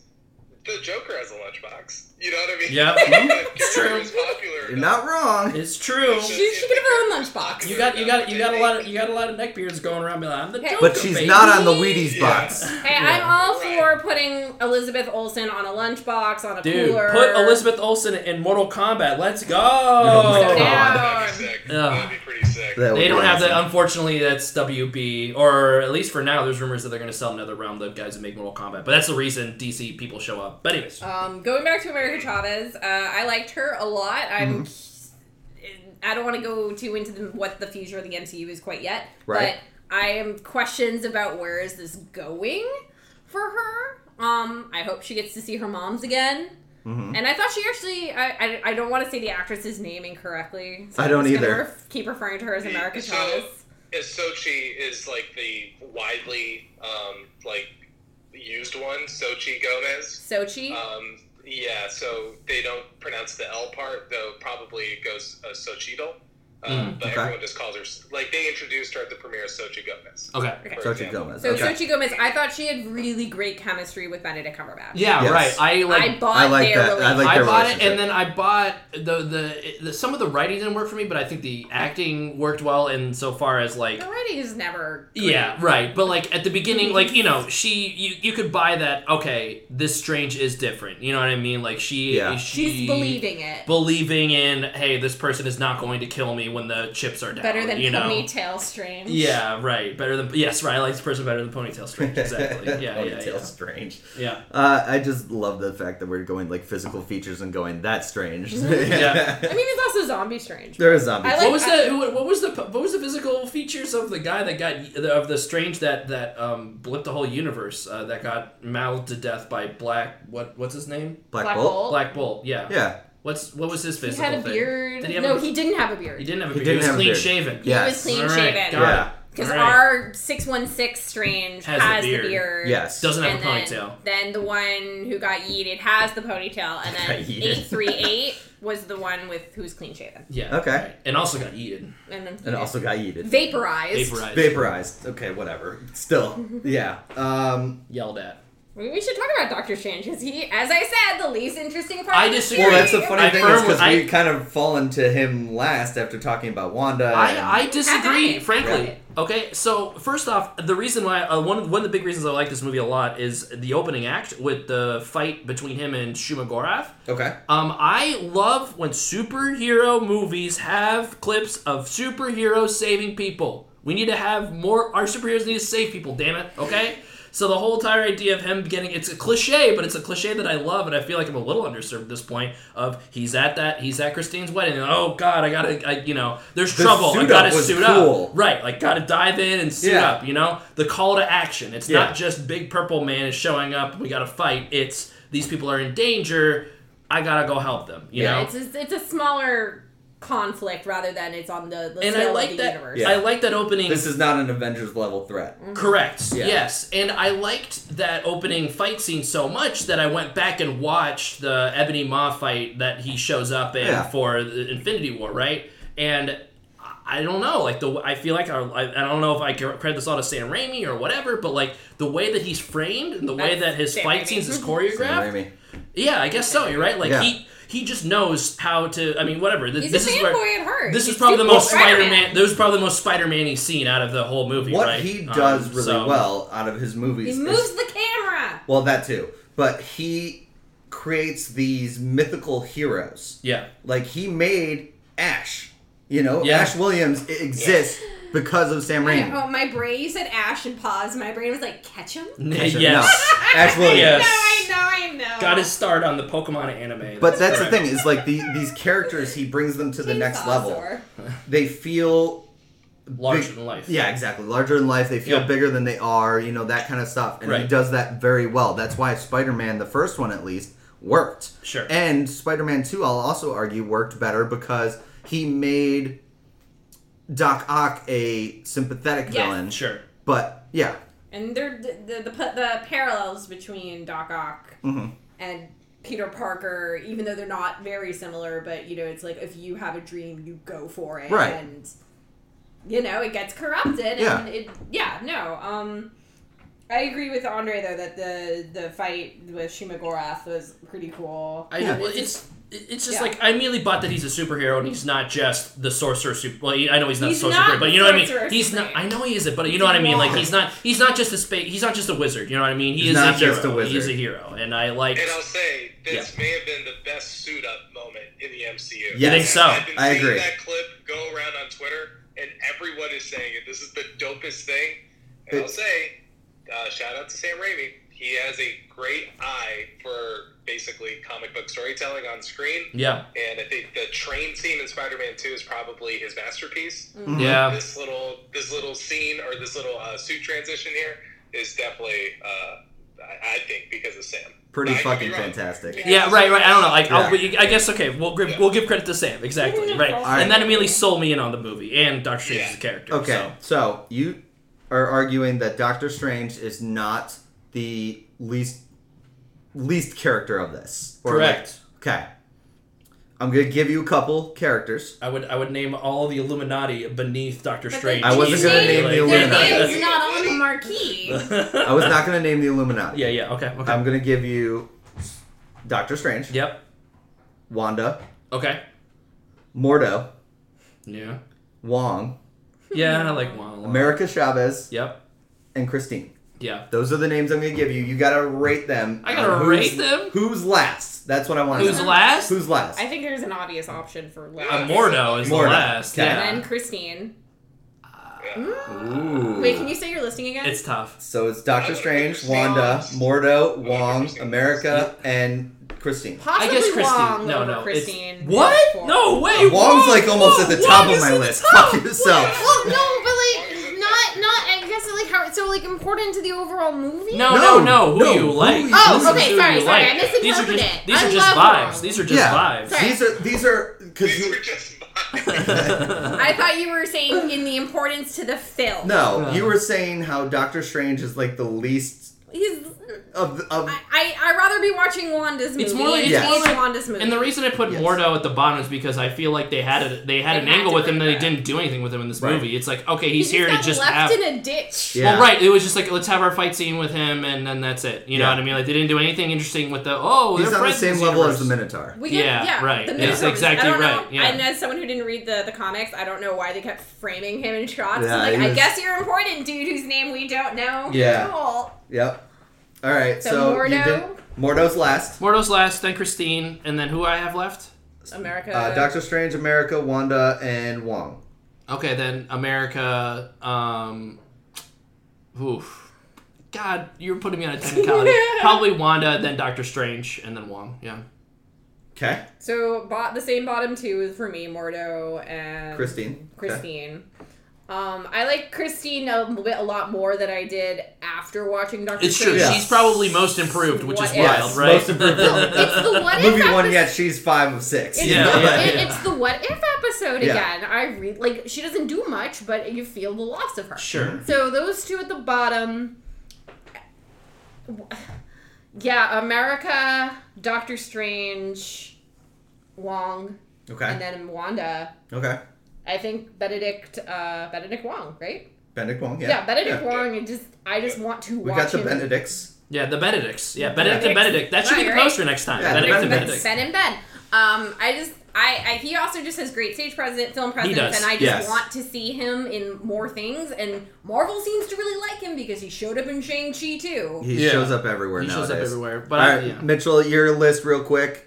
the Joker has a lunchbox. You know what I mean?
Yeah.
That
true.
character is popular.
You're not wrong.
It's true.
She, she could have her own lunchbox.
You got you got you got a lot of you got a lot of neckbeards going around. Being like, I'm the
Hey.
Joker,
But she's
baby.
not on the Wheaties
Yeah.
box.
Hey, I'm all for putting Elizabeth Olsen on a lunchbox, on a
Dude,
cooler.
put Elizabeth Olsen in Mortal Kombat. Let's go.
Oh my
God.
That'd be sick. That'd be pretty sick.
That would
They
be
don't have
awesome.
that. Unfortunately, that's WB, or at least for now. There's rumors that they're going to sell another round. The guys that make Mortal Kombat, but that's the reason DC people show up. But anyways,
Um, going back to
Mm.
America Chavez, uh, I liked her a lot. I'm.
Mm-hmm.
I don't want to go too into the, what the future of the MCU is quite yet,
Right.
but I am questions about where is this going for her. Um, I hope she gets to see her moms again.
Mm-hmm.
And I thought she actually, I, I, I don't want to say the actress's name incorrectly. so
I
I'm
don't
just gonna
either.
ref- keep referring to her as America
So-
Chavez.
Sochi is like the widely um, like used one, Sochi Gomez.
Sochi.
Um, yeah, so they don't pronounce the L part, though probably it goes uh, Sochidel. Uh,
Mm,
Hmm,
but
okay.
everyone just calls her like they introduced her at the premiere of Sochi Gomez.
Okay.
Okay.
for
Oh, Sochi
example.
Gomez.
So
okay.
Sochi Gomez, I thought she had really great chemistry with Benedict Cumberbatch.
Yeah,
Yes.
right. I like
I bought
I like
their
that. I
relationship.
like
I
their
bought it,
relationship.
and then I bought the, the the some of the writing didn't work for me, but I think the acting worked well. In so far as like,
the writing is never. great.
yeah, right. But like at the beginning, like you know, she you you could buy that. Okay, this strange is different. You know what I mean? Like she,
Yeah.
she
she's believing it
believing in hey, this person is not going to kill me when the chips are down.
better than
you know.
ponytail strange.
Yeah, right. Better than yes, right. I like this person better than ponytail strange. Exactly. Yeah, yeah,
Ponytail
yeah.
strange.
Yeah.
Uh, I just love the fact that we're going like physical features and going that's strange.
Yeah.
I mean, it's also zombie strange.
there is zombie.
Mm-hmm. I
Like,
like-
What was the what what was the what was the physical features of the guy that got of the strange that that um blipped the whole universe uh, that got mouthed to death by black what what's his name
Black,
Black
Bolt.
Bolt.
Black Bolt yeah
Yeah.
what's what was his
he
physical
had a
thing?
beard.
Did he have
no,
a-
he didn't have a beard.
he didn't have a
He
beard he
didn't
was
have a
clean
beard.
shaven
Yeah. Yes.
He was clean
All right,
shaven.
got it.
Yeah.
Because
All right.
our 616 Strange
Has
has,
the
the,
beard.
beard.
Yes.
doesn't have
And
a ponytail
Then, then the one who got yeeted has the ponytail, and
Got
then
yeeted.
838 was the one with who's clean shaven.
yeah
Okay.
right. and also got eaten
And then
and also got yeeted.
vaporized.
vaporized
Vaporized. Okay, whatever. Still. Yeah. Um,
yelled at
We we should talk about Doctor Strange because he, as I said, the least interesting part.
I
of the
disagree.
well,
series.
that's the funny
I
thing is because
firmly-
we kind of fallen to him last after talking about Wanda. and-
I, I
Have
disagree,
at it. Have
frankly.
it.
Okay, so first off, the reason why uh, one of- one of the big reasons I like this movie a lot is the opening act with the fight between him and Shuma Gorath.
okay.
Um, I love when superhero movies have clips of superheroes saving people. We need to have more. Our superheroes need to save people. Damn it. Okay. So the whole entire idea of him getting it's a cliche, but it's a cliche that I love, and I feel like I'm a little underserved at this point. Of he's at that he's at Christine's wedding. And, oh God, I gotta, I, you know, there's
The
trouble. I
suit
gotta
up was
suit
cool.
up. Right, like gotta dive in and suit
Yeah.
up. You know, the call to action. It's
Yeah.
not just big purple man is showing up. We gotta fight. It's these people are in danger. I gotta go help them. You
yeah,
know.
it's a, it's a smaller conflict rather than it's on the, the
and
scale
I like
of the
that.
universe.
Yeah.
I like that opening.
This is not an Avengers level threat.
Correct.
Yeah.
Yes, and I liked that opening fight scene so much that I went back and watched the Ebony Maw fight that he shows up in
Yeah.
for the Infinity War, right? And I- I don't know, like the I feel like I, I I don't know if I can credit this all to Sam Raimi or whatever, but like the way that he's framed and the way
That's
that his
Sam
fight
Raimi.
scenes is
Sam
choreographed,
Raimi.
yeah, I guess so. You're right. Like
Yeah.
he he just knows how to. I mean, whatever. Th-
He's
this
a
is where.
fanboy at heart.
This is
He's
probably the
super
most Spider
Spider-Man.
Man. This was probably the most Spider Man-y scene out of the whole movie.
What
right?
he
Um,
does really
so-
well out of his movies
He
is
moves the camera.
Well, that too. But he creates these mythical heroes.
Yeah,
Like he made Ash. You know,
Yeah.
Ash Williams i- exists because of Sam
I,
Raimi.
oh, my brain you said Ash and pause. My brain was like, catch him? No,
Catch him.
yes.
No, Ash Williams.
Yes.
I know, I know.
Got his start on the Pokemon anime.
But that's the
correct.
thing is like the, these characters he brings them to the next
Chainsaw
level.
sword.
They feel
Larger
big-
than life.
Yeah, exactly. Larger than life. They feel
Yeah.
bigger than they are, you know, that kind of stuff. And he
Right.
does that very well. That's why Spider Man, the first one at least, worked.
Sure.
And Spider Man 2, I'll also argue, worked better because he made Doc Ock a sympathetic
Yeah.
villain.
Sure.
But, yeah.
And there, the, the, the, pa- the parallels between Doc Ock
Mhm.
and Peter Parker, even though they're not very similar, but you know, it's like if you have a dream, you go for it.
Right.
And, you know, it gets corrupted.
Yeah.
And it, yeah, no. Um, I agree with Andre, though, that the, the fight with Shima Gorath was pretty cool.
I,
Yeah.
well, it's it's just
Yeah.
like I immediately bought that he's a superhero and he's not just the sorcerer. Super, well, I know he's not
He's
sorcerer,
not
but
the
you know what I mean.
Sorcerer
He's not.
Supreme.
I know he isn't, but you know what I mean. Like
not.
he's not. He's not just a space. He's not just a wizard. You know what I mean. He
He's
is
not
a
just
hero.
a
He is a
wizard.
hero, and I like.
And I'll say this may have been the best suit up moment in the MCU.
You think
so?
I've been
I
seeing
agree.
That clip go around on Twitter, and everyone is saying it. This is the dopest thing. And
It-
I'll say, uh, shout out to Sam Raimi. He has a great eye for basically comic book storytelling on screen,
Yeah.
and I think the train scene in Spider-Man Two is probably his masterpiece.
Mm.
Mhm.
Yeah.
This little this little scene or this little uh, suit transition here is definitely, uh, I, I think, because of Sam.
Pretty
I could be
fucking
wrong.
fantastic.
Yeah.
Yeah, right, right. I don't know. Like, I'll,
Yeah.
I guess okay. We'll give,
Yeah.
we'll give credit to Sam exactly, right?
Alright.
And that immediately sold me in on the movie and Doctor Strange as a character.
Okay, so. you are arguing that Doctor Strange is not the least least character of this.
so. correct.
like- okay. I'm gonna give you a couple characters.
I would I would name all the Illuminati beneath Doctor
But
Strange.
they-
I wasn't gonna name the
Their
Illuminati.
name's not on the marquee.
I was not gonna name the Illuminati.
yeah, yeah, okay, okay.
I'm gonna give you Doctor Strange,
yep.
Wanda,
Okay.
Mordo,
Yeah.
Wong,
Yeah, I like one. a lot.
America Chavez,
Yep.
and Christine.
Yeah.
Those are the names I'm gonna give you. You gotta rate them.
I gotta
on who's-
rate them?
Who's last? That's what I want.
Who's
know.
last?
Who's last?
I think there's an obvious option for last.
Uh, Mordo is
Mordo.
the last.
Okay.
And then
Yeah.
Christine. Mm.
Ooh.
Wait, can you say your listing again?
It's tough.
So it's Doctor Strange, Wanda, Mordo, Wong, America, and Christine.
Possibly
I guess Christine.
Wong
no,
over
no. it's-
Christine.
what?
Four.
No way.
Wong's
Wong-
like almost at the
Wong-
top
Wong
of my
is at the
list.
top.
Fuck yourself.
Well, no, but like not not. I guess like how so like important to the overall movie.
No,
No,
no, no. Who
no,
you
who
like?
you-
Oh,
Who's
okay,
who
sorry,
you
sorry, I
like. These are
misinterpreted
just
it.
these
I
are just
love
vibes.
Wong.
These are
Yeah.
just
Sorry.
These are these are because
These
you.
were just mine.
vibes.
I thought you were saying in the importance to the film.
No,
Yeah.
you were saying how Doctor Strange is like the least
he's.
of the- of.
I I I'd rather be watching Wanda's movie.
It's more like-
and
Yes.
watch
more like-
Wanda's movie.
And the reason I put
Yes.
Mordo at the bottom is because I feel like they had a, they had
They
an
had
angle
to
with
bring
him that they
it
didn't do anything with him in this
Right.
movie. It's like okay,
He
he's here
got
to just
left
have.
in a ditch.
Yeah.
Well, right. It was just like let's have our fight scene with him, and then that's it. You know
Yeah.
what I mean? Like they didn't do anything interesting with the oh,
He's
they're
on the
friends in
same
this
level as the
universe.
Minotaur.
We get,
Yeah,
yeah,
right.
The
That's
Minotaur.
exactly
I don't know.
right, yeah.
And as someone who didn't read the, the comics, I don't know why they kept framing him in shots.
Yeah,
I'm like,
he
I
was-
guess you're important, dude, whose name we don't know.
Yeah.
Cool.
Yep. All right.
So
So, you
Mordo?
did Mordo's last.
Mordo's last, then Christine, and then who I have left?
America.
Uh, Doctor Strange, America, Wanda, and Wong.
Okay, then America. Um, oof. God, you're putting me on a technicality. Probably Wanda, then Doctor Strange, and then Wong. Yeah.
Okay.
So bought the same bottom two is for me, Mordo and
Christine. Okay.
Christine. Um, I like Christine a little bit a lot more than I did after watching Doctor.
It's true.
Yeah.
She's probably most improved, which is
What if?
wild,
Yes,
right?
most improved.
It's the what if
Movie one,
episode-
yet she's five of six.
It's,
Yeah,
the,
yeah,
it-
yeah.
it's the what if episode
Yeah.
again. I re- like she doesn't do much, but you feel the loss of her.
Sure.
So those two at the bottom. Yeah, America, Doctor Strange, Wong,
Okay.
and then Wanda.
okay.
I think Benedict uh, Benedict Wong, right?
Benedict Wong. Yeah.
Yeah, Benedict
Yeah.
Wong. I just I just want to
We
watch
got the
him.
Benedicts.
Yeah, the Benedicts. Yeah, Benedict and
Benedicts.
Benedict. That should be the
Right, right.
poster next time.
Yeah, the
Benedict and
Benedict.
Benedict.
Ben and Ben. Um, I just I, I he also just has great stage presence, film presence,
does,
and I just
yes.
want to see him in more things. And Marvel seems to really like him because he showed up in Shang Chi too.
He
Yeah.
shows up everywhere
He
nowadays.
shows up everywhere. But
All
I,
right,
yeah.
Mitchell, your list real quick.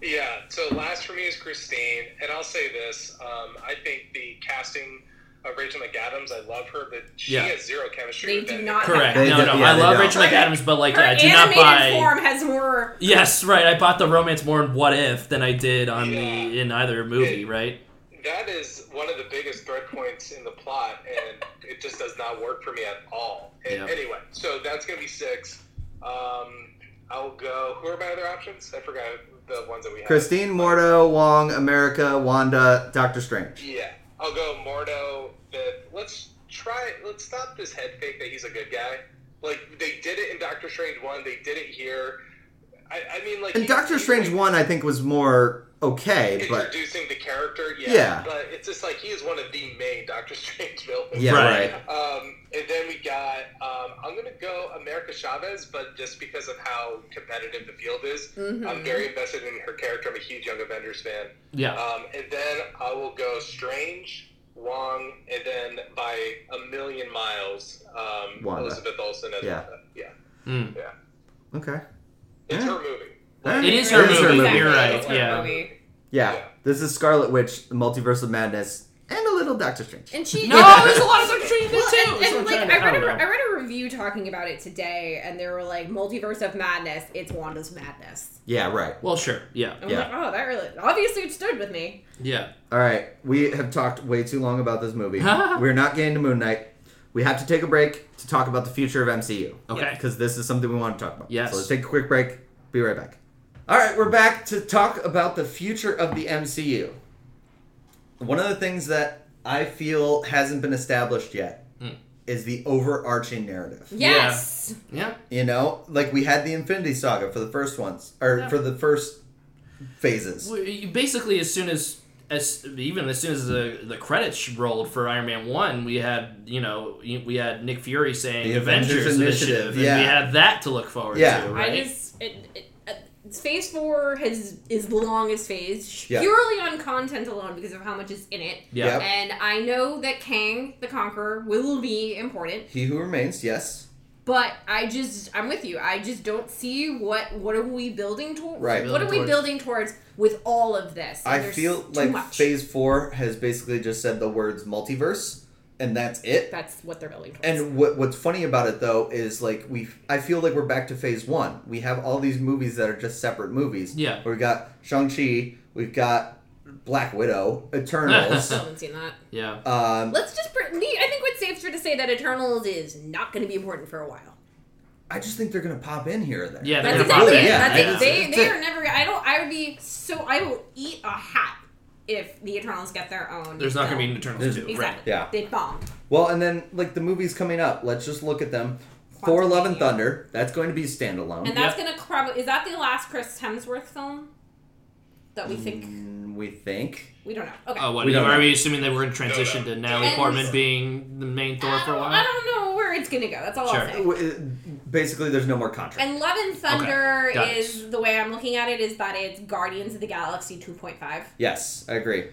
Yeah, so last for me is Christine, and I'll say this: um, I think the casting of Rachel McAdams, I love her, but she
Yeah.
has zero chemistry.
They
with
do
Ben.
not-
Correct.
They
no,
did-
no.
yeah,
I
they
love
don't.
Rachel McAdams, but like,
Her
I do not
animated
buy.
form has more.
Yes, right. I bought the romance more in What If than I did on the
Yeah.
in either movie,
Yeah.
right?
That is one of the biggest thread points in the plot, and it just does not work for me at all. And
Yeah.
Anyway, so that's gonna be six. Um, I'll go. Who are my other options? I forgot the ones that we have.
Christine, Mordo, Wong, America, Wanda, Doctor Strange.
Yeah, I'll go Mordo. Fifth. Let's try. Let's stop this head fake that he's a good guy. Like they did it in Doctor Strange one. They did it here. I, I mean, like
And
he-
Doctor
he's,
Strange
like,
one, I think, was more okay, but
introducing the character. Yeah,
Yeah.
But it's just like he is one of the main Doctor Strange villains.
yeah,
Right.
right.
Um, and then we got. Um, I'm gonna go America Chavez, but just because of how competitive the field is,
mm-hmm. Hmm.
I'm very invested in her character. I'm a huge Young Avengers fan.
Yeah.
Um, and then I will go Strange, Wong, and then by a million miles, um,
Wanda.
Elizabeth Olsen as
Yeah.
Wanda. Yeah,
Mm.
yeah.
Okay.
It's
Yeah.
her movie.
Alright.
It is her
It is
movie.
Exactly,
You're right,
it's her
yeah.
movie.
Yeah.
Yeah.
This is Scarlet Witch, the Multiverse of Madness, and a little Doctor Strange.
And she
No, there's a lot of Doctor Strange there
Well,
too.
and,
That's
and,
what I'm
like I
trying to-
read,
don't
a,
know.
I read a review talking about it today, and they were like, "Multiverse of Madness, it's Wanda's madness."
Yeah, right.
Well, sure. Yeah.
I'm
Yeah.
like, "Oh, that really obviously it stood with me."
Yeah.
All right, we have talked way too long about this movie. We're not getting to Moon Knight. We have to take a break to talk about the future of MCU.
Okay.
Because this is something we want to talk about.
Yes.
So let's take a quick break. Be right back. All right, we're back to talk about the future of the MCU. One of the things that I feel hasn't been established yet is the overarching narrative.
Yes.
Hmm. Yeah.
You know, like we had the Infinity Saga for the first ones, or
Yeah.
for the first phases.
Well, you- Basically, as soon as as even as soon as the the credits rolled for Iron Man one, we had you know you- we had Nick Fury saying
The Avengers Initiative,
and we
yeah.
had that to look forward
Yeah.
to. Right?
I just it, it, uh, phase four has is long as phase
Yeah.
purely on content alone because of how much is in it.
yeah.
Yep.
And I know that Kang the Conqueror will be important,
He who remains, yes.
but I just I'm with you. I just don't see what what are we building towards.
Right.
What are we
Building towards.
building towards with all of this? And
I
there's
feel
too
like
much.
phase four has basically just said the words multiverse, and that's it.
That's what they're building towards.
And what what's funny about it though is like we I feel like we're back to phase one. We have all these movies that are just separate movies.
Yeah.
We've got Shang Chi, we've got Black Widow, Eternals.
still haven't seen that.
yeah.
um,
Let's just. Pre- me- I think what's safe for to say that Eternals is not going to be important for a while.
I just think they're gonna pop in here or there.
Yeah,
That's
they're
gonna
exactly
pop
it.
in. Yeah,
That's it.
that's
They,
it.
they are never. I don't. I would be so. I will eat a hat if the Eternals get their own.
There's not going to be
film.
an Eternals two. Right.
Exactly.
Yeah.
They bomb.
Well, and then like the movies coming up, let's just look at them. Thor: Love and Thunder. That's going to be standalone.
And that's gonna probably. Is that the last Chris Hemsworth film? That we think
Mm, we think.
we don't know. Okay.
Oh, what,
We don't
are
know.
we assuming they were in transition to Natalie
And-
Portman being the main Thor
I
for a
don't-
while?
I don't know where it's gonna go. That's all
Sure.
I'll say.
W- it- Basically, there's no more contract.
And Love and Thunder
Okay, got it.
is the way I'm looking at it is that it's Guardians of the Galaxy 2.5.
Yes, I agree.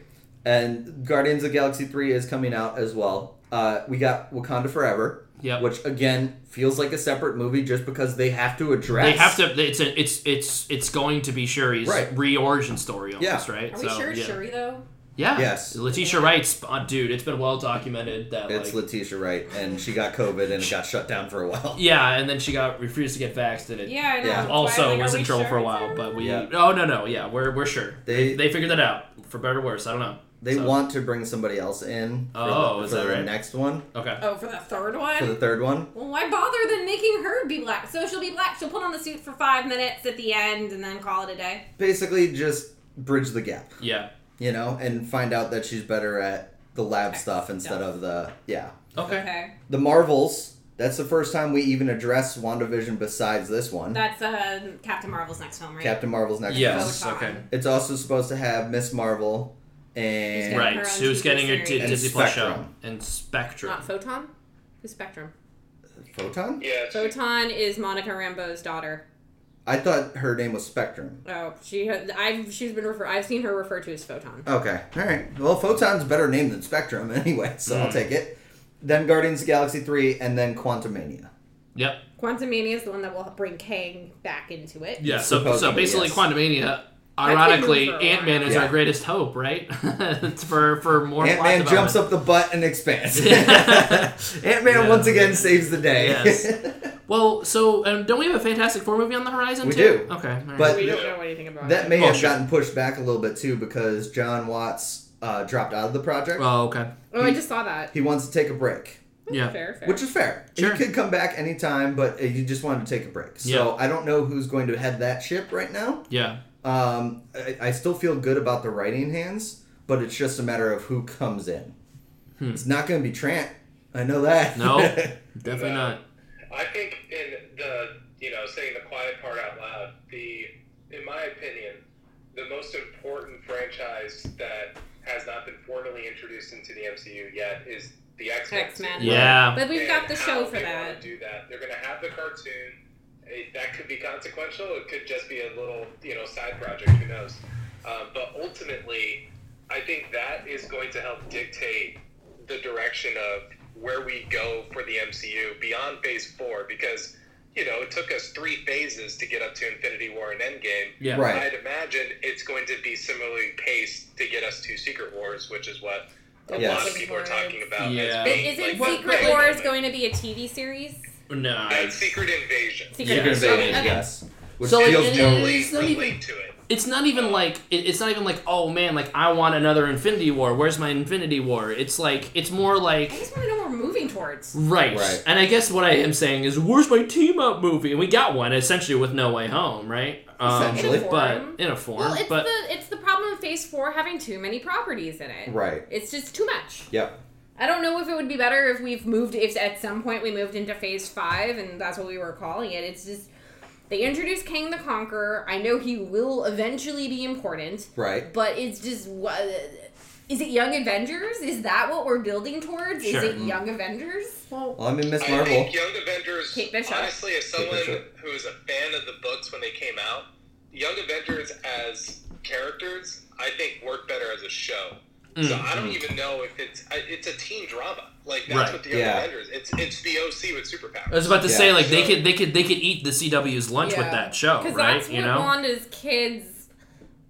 And Guardians of the Galaxy Three is coming out as well. Uh, we got Wakanda Forever,
Yep.
which again feels like a separate movie just because they have to address.
They have to. It's a, it's it's it's going to be Shuri's
Right.
re-origin story almost,
Yeah.
right?
Are we sure it's
yeah.
Shuri though?
Yeah.
Yes.
Letitia Wright's uh, dude. It's been well documented that
It's
like,
Letitia Wright, and she got COVID and it got shut down for a while.
yeah, and then she got refused to get vaxxed, and it
Yeah, I know.
Yeah.
That's why I'm
also
like, are
was in
we
trouble
sure
for a
it's
while.
her?
But we
Yeah.
oh no no yeah we're we're sure
They-
they, they figured that out for better or worse. I don't know.
They
So-
want to bring somebody else in for
Oh,
the,
is
for
that
the
right?
next one,
Okay.
Oh, for the third one?
for the third one.
Well, why bother then making her be black? So she'll be black. She'll put on the suit for five minutes at the end and then call it a day.
basically just bridge the gap,
Yeah.
you know, and find out that she's better at the lab
Okay.
stuff instead
Yeah.
of the yeah.
Okay.
Okay.
The Marvels, that's the first time we even address WandaVision besides this one.
That's uh, Captain Marvel's next film, right?
Captain Marvel's next
Yes.
Vote on.
Okay.
film. It's also supposed to have Miss Marvel and
Yeah, her
Right.
own
Who's
TV
getting your
series. Ah.
D-
And
Disney Plus show
Spectrum.
and Spectrum?
Not Photon? Who's Spectrum?
Photon?
Yeah.
Photon is Monica Rambeau's daughter.
I thought her name was Spectrum.
Oh, she I've she's been refer- I've seen her referred to as Photon.
Okay. All right. Well, Photon's a better name than Spectrum anyway, so I'll take it. Then Guardians of the Galaxy 3 and then Quantumania.
Yep.
Quantumania is the one that will bring Kang back into it.
Yeah. So so
Supposedly,
basically,
yes.
Quantumania.
been here
Ironically,
for a while.
Ant Man is
Yeah.
our greatest hope, right? it's for for more.
Ant
plot
Man
development.
jumps up the butt and expands.
Yeah.
Ant Man
Yeah.
once again saves the day.
Yes. Well, so um, don't we have a Fantastic Four movie on the horizon?
We
too?
do.
Okay. all right.
But-
We don't know anything about
that
it.
may
Oh,
have
sure.
gotten pushed back a little bit too because John Watts uh, dropped out of the project.
oh, okay.
oh, I just saw that.
he wants to take a break,
Yeah.
Fair, fair.
which is fair.
Sure.
He could come back anytime, but uh, he just wanted to take a break. So
Yeah.
I don't know who's going to head that ship right now.
Yeah.
Um, I, I still feel good about the writing hands, but it's just a matter of who comes in. It's not going to be Trant. I know that.
Hmm. No. Definitely not.
um, I think in the you know saying the quiet part out loud, the in my opinion, the most important franchise that has not been formally introduced into the MCU yet is the X Men.
X-Men.
Yeah.
But we've got the show for
they wanna
that.
Do that. They're going to have the cartoon. It, that could be consequential. It could just be a little you know side project. Who knows? Uh, but ultimately, I think that is going to help dictate the direction of where we go for the MCU beyond Phase Four because. You know, it took us three phases to get up to Infinity War and Endgame.
Yeah.
Right.
I'd imagine it's going to be similarly paced to get us to Secret Wars, which is what a lot
Yes.
of people are talking about. as
Yeah.
But
being,
isn't
like,
Secret
great.
Wars going to be a TV series?
No.
That's Secret Invasion.
Secret
Yeah.
Wars.
Secret
Okay,
Invasion,
okay.
Yes. Which
So it
feels
is-
more
Totally
not even-
relate to it.
It's not even like it, it's not even like oh man like I want another Infinity War. Where's my Infinity War? It's like it's more like
I just want to know what we're moving towards.
right.
Right.
And I guess what I am saying is where's my team up movie? And we got one essentially with No Way Home, right? Um,
Essentially. In
a form.
but in a form.
Well, it's
but
the it's the problem of Phase Four having too many properties in it.
Right.
It's just too much.
Yep.
I don't know if it would be better if we've moved if at some point we moved into Phase Five and that's what we were calling it. It's just They introduced Kang the Conqueror. I know he will eventually be important,
Right.
but it's just what is it Young Avengers? Is that what we're building towards?
Sure.
Is it Young Avengers?
Oh.
Well, I mean, Miss
I
Marvel.
think Young Avengers,
Kate Bishop.
honestly, as someone
Bishop.
who is a fan of the books when they came out, Young Avengers as characters, I think work better as a show.
Mm.
So
mm.
I don't even know if it's I- it's a teen drama. Like that's
Right,
what the Young
yeah.
Avengers. It's it's the OC with superpowers.
I was about to say
Yeah,
like they
so-
could they could they could eat the CW's lunch
Yeah.
with that show,
Because
right?
that's what
you know.
Wanda's kids,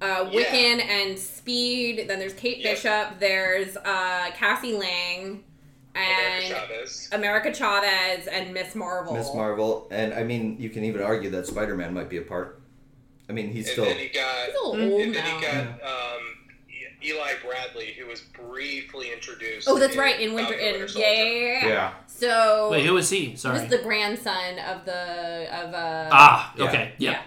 uh,
Yeah.
Wiccan and Speed. Then there's Kate
Yeah.
Bishop. There's uh, Cassie Lang,
America
and
Chavez.
America Chavez and Miss Marvel.
Miss Marvel, and I mean, you can even argue that Spider Man might be a part. I mean, he's
And
still
then he got
He's a little
Mm.
old
and then
now.
he got um, E- Eli Bradley, who was briefly introduced.
oh, that's right. In Winter,
Falcon
in
Soldier.
yeah, yeah, yeah, yeah. So
Wait, who was he?
he
Sorry.
was the grandson of the of uh,
ah,
Yeah.
okay, yeah,
Yeah.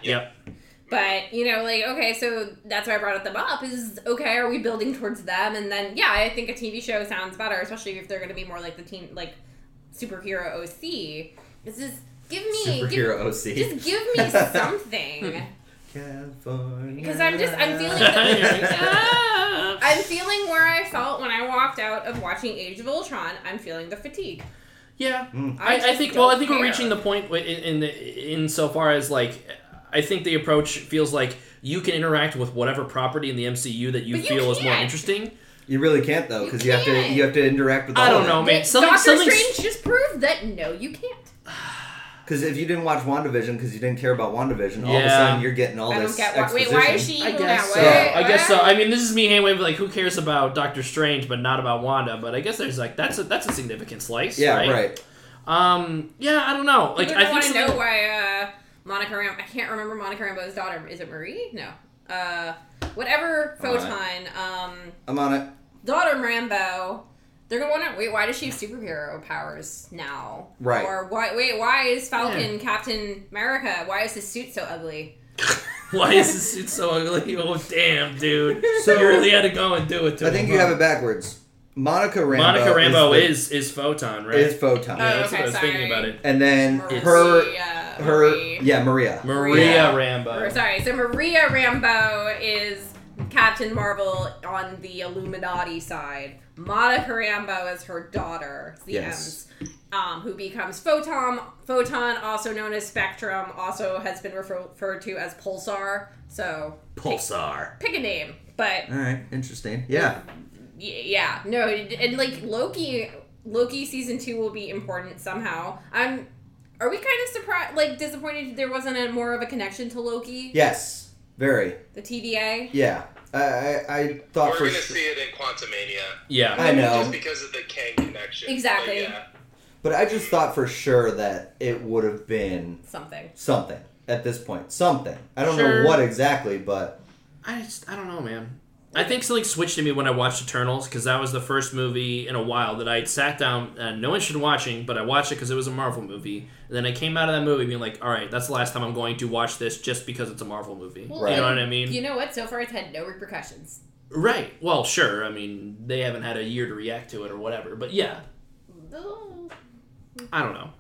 yeah.
But you know, like okay, so that's why I brought them up. Is okay, are we building towards them? And then yeah, I think a TV show sounds better, especially if they're going to be more like the teen, like superhero OC. This is give me give,
superhero OC.
just give me something
California.
because I'm just I'm feeling the,
Ah.
I'm feeling where I felt when I walked out of watching Age of Ultron. I'm feeling the fatigue.
yeah.
Mm.
I, I
just
think well, I
don't
think we're
care.
reaching the point wi- in, in in so far as like I think the approach feels like you can interact with whatever property in the MCU that you
But you
feel is more
can't.
interesting.
You really can't though, because you, have to
can't.
you have to interact with.
I
all
don't
of
know,
it.
man. Something,
Doctor
something
Strange just proved that no, you can't.
Because if you didn't watch WandaVision because you didn't care about WandaVision, all of a
Yeah.
sudden you're getting all
I don't
this
get why. Wait,
exposition.
why is she
I
evil that
guess
so.
way?
I guess so.
Huh?
I mean, this is me hand waving like, who cares about Doctor Strange but not about Wanda? But I guess there's like that's a that's a significant slice.
Yeah,
right.
right.
Um. Yeah, I don't know. Like,
Like,
I think
want to know
something-
why uh, Monica Ram. I can't remember Monica Rambo's daughter. Is it Marie? No. Uh, whatever.
All right.
Photon. Um,
I'm on it.
daughter Rambo. They're gonna wonder. Wait, why does she have superhero powers now?
Right.
Or why? Wait, why is Falcon Captain America? Why is his suit so ugly?
why is this suit so ugly? Oh, damn, dude.
So-
you really had to go and do it. To
I think
him,
you
huh?
have it backwards. Monica Rambo.
Monica Rambo
the-
is, is photon, right?
is photon,
yeah,
Oh,
that's
okay,
what I was thinking
sorry.
about it.
and then
Maria,
her
uh,
her
Marie.
yeah Maria.
Maria
Maria.
Rambo.
Or, sorry. So Maria Rambo is Captain Marvel on the Illuminati side. Monica Rambo is her daughter, the
Yes.
M's, um, who becomes Photon. Photon, also known as Spectrum, also has been refer- referred to as Pulsar. So
Pulsar.
pick a name, but
All right, interesting. Yeah,
y- yeah, no, and and, like Loki, Loki season two will be important somehow. I'm. Are we kind of surprised, like disappointed there wasn't a more of a connection to Loki,
yes, very.
the TDA?
Yeah, I I, I thought
We're
for
gonna
sure.
see it in Quantumania.
Yeah.
I know.
Just because of the Kang connection.
Exactly.
But yeah.
But I just thought for sure that it would have been
Something.
something at this point. Something. I don't
Sure.
know what exactly, but
I just I don't know, man. I think something switched to me when I watched Eternals because that was the first movie in a while that I sat down and no interest in watching, but I watched it because it was a Marvel movie. And then I came out of that movie being like, all right, that's the last time I'm going to watch this just because it's a Marvel movie.
Right.
You know what I mean?
You know what? So far, it's had no repercussions.
Right. Well, sure. I mean, they haven't had a year to react to it or whatever. But yeah,
Ugh.
I don't know.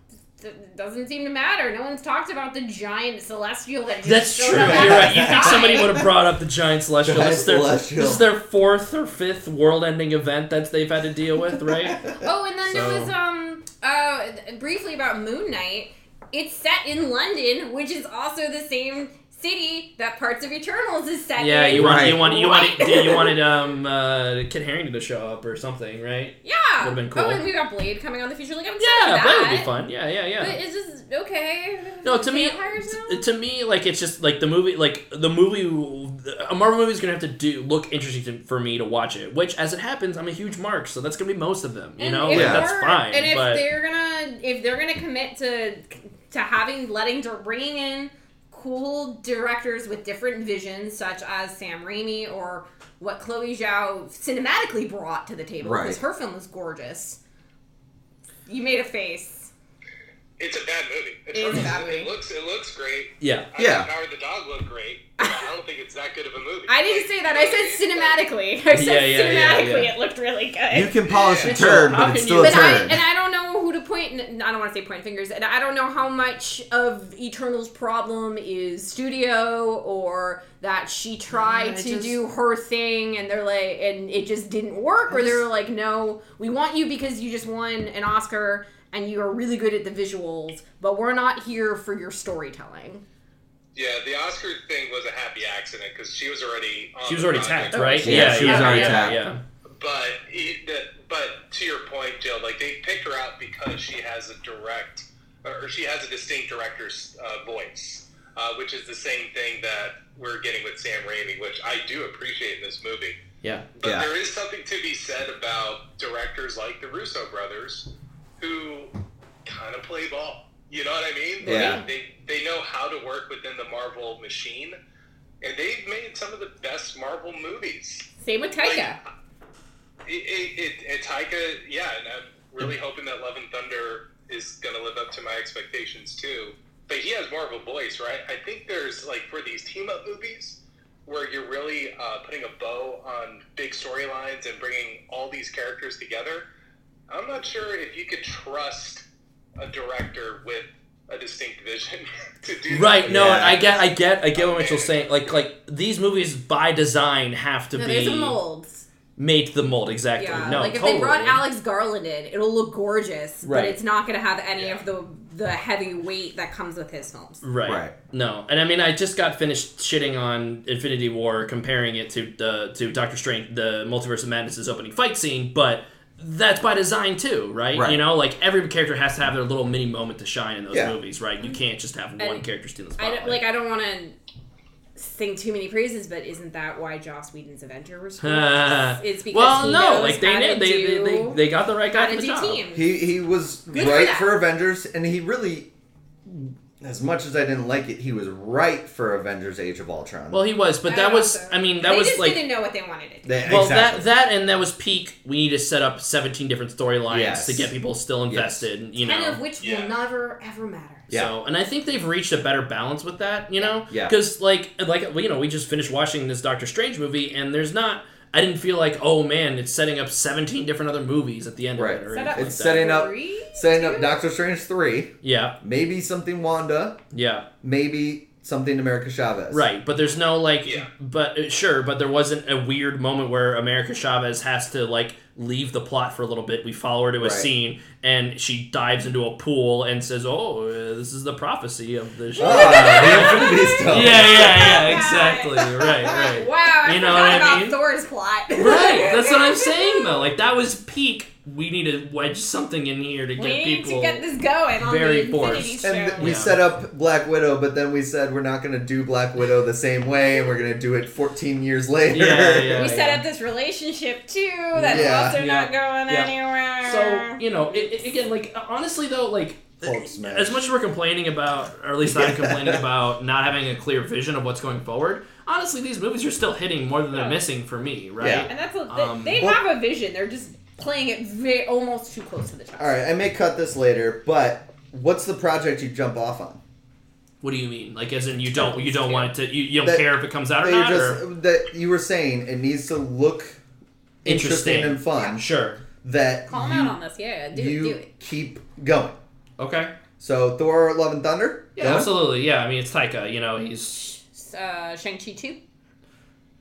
It doesn't seem to matter. No one's talked about the giant celestial that just
That's
showed
true. You're
up out of
right.
the
You think
sky.
somebody would have brought up the giant celestial?
Giant
this, is their,
celestial.
this is their fourth or fifth world-ending event that they've had to deal with, right?
Oh, and then
So-
there was um uh briefly about Moon Knight. It's set in London, which is also the same city that parts of Eternals is set
Yeah,
in.
you want
Right.
you want you
Right.
wanted you wanted um uh, Kid Harington to show up or something, right?
yeah.
Would've been cool.
Oh, and we got Blade coming on the future. Like I'm excited
Yeah,
for
that would be
that.
fun. Yeah, yeah,
But
yeah.
it's just okay.
No, to me,
Vampires now?
t- to me, like it's just like the movie, like the movie, a Marvel movie is gonna have to do look interesting to, for me to watch it. Which, as it happens, I'm a huge mark, so that's gonna be most of them. You
And
know,
if
like,
Yeah.
that's
we're-
fine.
And if
but
they're gonna if they're gonna commit to to having letting to bringing in cool directors with different visions, such as Sam Raimi or what Chloe Zhao cinematically brought to the table
Right.
because her film was gorgeous. You made a face.
It's a bad movie.
It is a bad
It
movie.
looks it looks great.
yeah,
I
Yeah.
think Howard the Dog looked great. but I don't think it's that good of a movie.
I didn't say that. I said
Like,
cinematically. I said
Yeah, yeah, yeah,
cinematically.
yeah.
It looked really good.
you can polish a
Yeah.
turd,
How
but it's
can
still
you-
a
but I
turd.
and I don't know who to point, n- I don't want to say point fingers, and I don't know how much of Eternal's problem is studio or that she tried
I
to
just-
do her thing and they're like, and it just didn't work, or they're
just-
like, no, we want you because you just won an Oscar and you are really good at the visuals, but we're not here for your storytelling.
Yeah, the Oscar thing was a happy accident because she was already on
Oh, She was
the
already
project.
tapped, right?
Yeah, she was already
yeah,
tapped.
Yeah.
But he, that, but to your point, Jill, like they picked her out because she has a direct, or she has a distinct director's uh, voice, uh, which is the same thing that we're getting with Sam Raimi, which I do appreciate in this movie.
Yeah.
But
Yeah.
there is something to be said about directors like the Russo brothers, who kind of play ball. You know what I mean? Like,
Yeah.
They they know how to work within the Marvel machine, and they've made some of the best Marvel movies.
Same with
Like,
Taika.
It, it, it, and Taika, yeah, and I'm really hoping that Love and Thunder is going to live up to my expectations too. But he has more of a voice, right? I think there's like for these team up movies where you're really uh, putting a bow on big storylines and bringing all these characters together. I'm not sure if you could trust a director with a distinct vision to do
Right. No,
Yeah.
I get, I get, I get what Mitchell's saying. Like, like these movies by design have to
No, there's a
be
mold.
made to the mold. Exactly.
Yeah,
No,
like if
totally.
they brought Alex Garland in, it'll look gorgeous,
Right.
but it's not going to have any
Yeah.
of the the heavy weight that comes with his films.
Right.
Right.
No, and I mean, I just got finished shitting on Infinity War, comparing it to uh, to Doctor Strange, the Multiverse of Madness's opening fight scene, but that's by design too, right?
Right.
You know, like every character has to have their little mini moment to shine in those
Yeah.
movies, right? You can't just have one
And
character steal
I
the spotlight.
don't, like I don't want to sing too many praises, but isn't that why Joss Whedon's Avenger was?
Uh,
famous? it's because
well,
he
no,
knows
like they
how
knew
to
they,
do,
they, they they got the right
how
guy
to
for the
do
job.
teams.
He he was
Good for
right
that.
for, Avengers, and he really, as much as I didn't like it, he was right for Avengers: Age of Ultron.
Well, he was, but
I
that
don't
was,
know.
I mean, that
they
was
just
like
didn't know what they wanted to do.
They-
Well,
exactly.
that that and that was peak. We need to set up seventeen different storylines
Yes.
to get people still invested. You know,
Kind of which
Yeah.
will never ever matter.
Yeah.
So, and I think they've reached a better balance with that, you know?
Yeah.
Because, like, like you know, we just finished watching this Doctor Strange movie, and there's not, I didn't feel like, oh man, it's setting up 17 different other movies at the end
Right.
of it. Or
Set
anything
up
like
It's
that.
setting up-
Three,
setting up
two?
Doctor Strange three,
Yeah,
maybe something Wanda,
yeah,
maybe something America Chavez.
right. But there's no, like,
Yeah.
but uh, sure, but there wasn't a weird moment where America Chavez has to, like, leave the plot for a little bit. We follow her to a
Right.
scene, and she dives into a pool and says, oh, uh, this is the prophecy of the.
Ah, the Infinity Stone.
yeah, yeah, yeah, exactly. Right, right.
Wow, I
You
you
know
know
what I
about
mean?
Thor's plot.
Right, that's what I'm saying though. Like that was peak. We need to wedge something in here to get
we need
people.
to get this going on
very
the Infinity
forced.
Show.
And we
Yeah.
set up Black Widow, but then we said we're not going to do Black Widow the same way, and we're going to do it 14 years later.
Yeah, yeah.
we set up this relationship too that's
Yeah.
also
Yeah.
not going
Yeah.
anywhere.
so you know, it, it- again, like uh, honestly though, like
Quote smash.
as much as we're complaining about, or at least I'm complaining about not having a clear vision of what's going forward. Honestly, these movies are still hitting more than they're
Yeah.
missing for me. Right.
Yeah.
and that's a, they,
Um,
they
Well-
have a vision. They're just playing it very, almost too close to the chest.
All right, I may cut this later, but what's the project you jump off on?
What do you mean? Like, as in you don't you don't want it to you, you don't
That-
care if it comes out
That
or
you
not?
just
or,
that you were saying it needs to look interesting,
Interesting.
and fun.
sure.
That
Call
you,
them out on this. Yeah, yeah, do
you
it, do it.
keep going.
Okay.
So Thor: Love and Thunder.
Yeah.
Done?
Absolutely. Yeah. I mean, it's Taika. You know, he's
Uh, Shang-Chi too.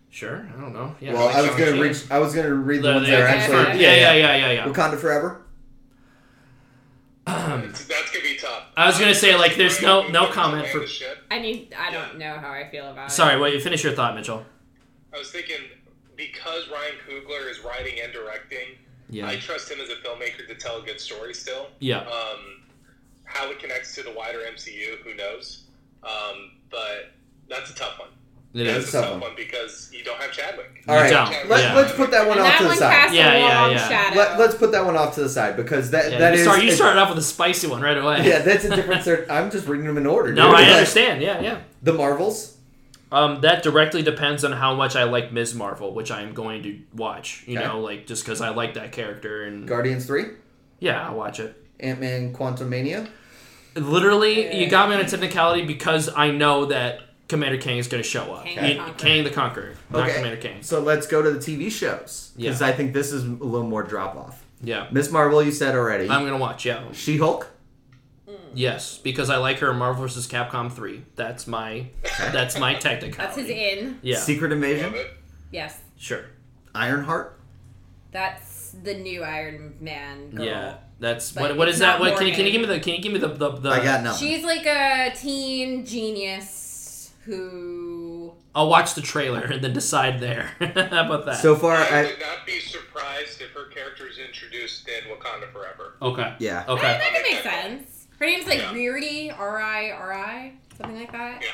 sure. I don't know. Yeah.
Well,
like
I was gonna
Shang-Chi.
read. I was gonna read the,
The-
ones
the-
that are
yeah,
actually.
yeah,
yeah, yeah, yeah, yeah, yeah.
Wakanda Forever.
It's- That's gonna be tough.
I was gonna say, like, there's no- no
Who's
comment
playing
for-
the ship?
I need. I don't know how I feel about it.
Sorry, wait. Finish your thought, Mitchell.
I was thinking because Ryan Coogler is writing and directing,
Yeah.
I trust him as a filmmaker to tell a good story still.
Yeah.
Um, how it connects to the wider MCU, who knows? Um, but that's a tough one.
It
that's
is.
is.
a
Tough
tough
one.
one. because you don't have Chadwick.
All right,
don't,
Let,
yeah.
let's put that one
And
off
that
to the
one
side.
casts
Yeah,
a
yeah,
long
yeah.
shadow.
Let, let's put that one off to the side because that
Yeah,
that
you,
is.
start, you
it-
started off with a spicy one right away.
Yeah, that's a different. Cert- I'm just reading them in order.
No,
dude.
I
Like,
understand. Yeah, yeah.
The Marvels.
Um, that directly depends on how much I like Ms. Marvel, which I am going to watch. You
Okay.
know, like just because I like that character and
Guardians Three,
yeah, I'll watch it.
Ant Man, Quantum Mania.
Literally, you
Yeah.
got me on a technicality because I know that Commander Kang is going to show up.
Kang the
You-
Conqueror.
Kang the Conqueror, not
Okay.
Commander Kang.
So let's go to the TV shows because
Yeah.
I think this is a little more drop off.
Yeah.
Miss Marvel, you said already.
I'm gonna watch. Yeah.
she Hulk.
Yes, because I like her. in Marvel vs. Capcom three. That's my. That's my technical.
That's his in.
Yeah.
Secret Invasion.
Love it.
Yes.
Sure.
Ironheart.
That's the new Iron Man girl.
Yeah. That's
But
what. What
it's
is
not
that? What can you, can you give me
Morgan.
the? Can you give me the the, the
I got nothing.
She's like a teen genius who.
I'll watch the trailer and then decide there. How about that?
so far,
I
I,
would not be surprised if her character is introduced in Wakanda Forever.
okay.
yeah.
I
Okay.
think that could make sense. Her name's like
Yeah.
Riri, R I R I, something like that.
Yeah,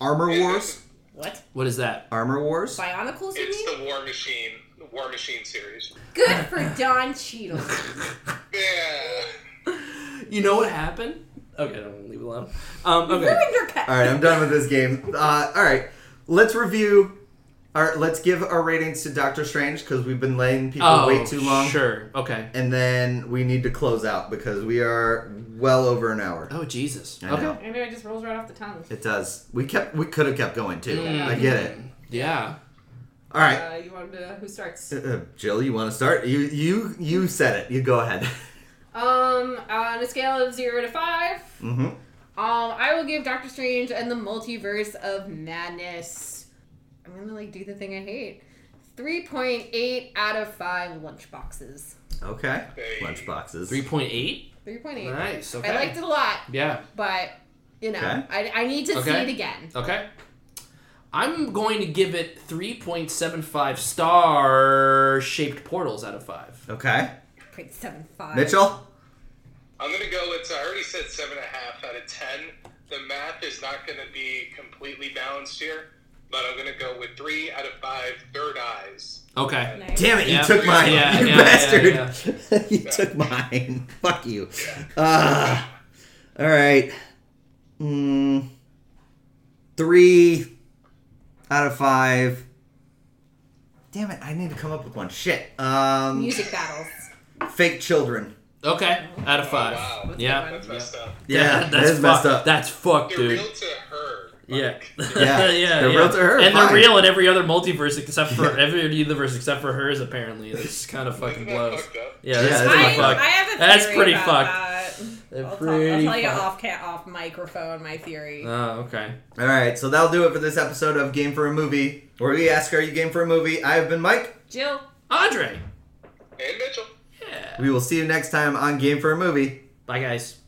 Armor Wars.
What?
What is that?
Armor Wars.
Bionicles, you
it's
mean?
the War Machine, the War Machine series.
Good for Don Cheadle.
Yeah,
You know what happened? Okay, don't leave it alone. Um, okay.
Ruined your cut.
All right, I'm done with this game. Uh, all right, let's review. Our, let's give our ratings to Doctor Strange because we've been letting people
Oh,
wait too long.
Sure. Okay.
And then we need to close out because we are well over an hour.
Oh Jesus.
I
okay.
know.
Maybe it just rolls right off the tongue.
It does. We kept. We could have kept going too.
Mm.
I get it.
Yeah.
All right,
Uh, you wanted to, who starts?
Uh, Jill, you want to start? You you you said it. You go ahead.
Um, on a scale of zero to five,
hmm
um, I will give Doctor Strange and the Multiverse of Madness. I'm gonna like do the thing I hate. Three point eight out of five lunchboxes.
Okay.
Hey.
Lunch boxes.
Three point eight.
Three point eight.
Nice. Okay.
I liked it a lot,
Yeah.
but you know,
Okay.
I, I need to see
Okay.
it again.
Okay. I'm going to give it 3.75 star shaped portals out of 5.
Okay.
Point seven five.
Mitchell.
I'm gonna go with. I already said seven and a half out of ten. The math is not gonna be completely balanced here, but I'm gonna go with three out of five third eyes.
Okay.
Nice.
Damn it!
Yeah.
You took mine.
Yeah,
you
yeah, yeah,
bastard. you
Yeah.
took mine. Fuck you. Uh, all right. Mm, three out of five. Damn it! I need to come up with one. Shit. Um.
Music battles.
Fake children.
Okay. Out of 5.
Oh, wow. That's
Yeah.
That's messed up.
Yeah,
that's
that is
fucked.
messed up.
That's fucked,
They're
dude.
real to her.
Yeah.
Like,
Yeah, they're real to her,
And
fine.
they're real in every other multiverse except for
Yeah.
every universe except for hers, apparently. This kind of fucking
isn't that
blows.
fucked up?
Yeah,
Yeah,
that's
that's
I,
pretty
fucked up.
I
fucked.
have a theory
That's pretty
about
fucked.
that.
They're
I'll,
pretty
tell, I'll tell you
fucked.
off ca- off microphone my theory.
Oh, okay.
All right, so that'll do it for this episode of Game for a Movie, where we ask, "Are you game for a movie?" I have been Mike.
Jill.
Andre.
And Mitchell.
Yeah.
We will see you next time on Game for a Movie.
Bye, guys.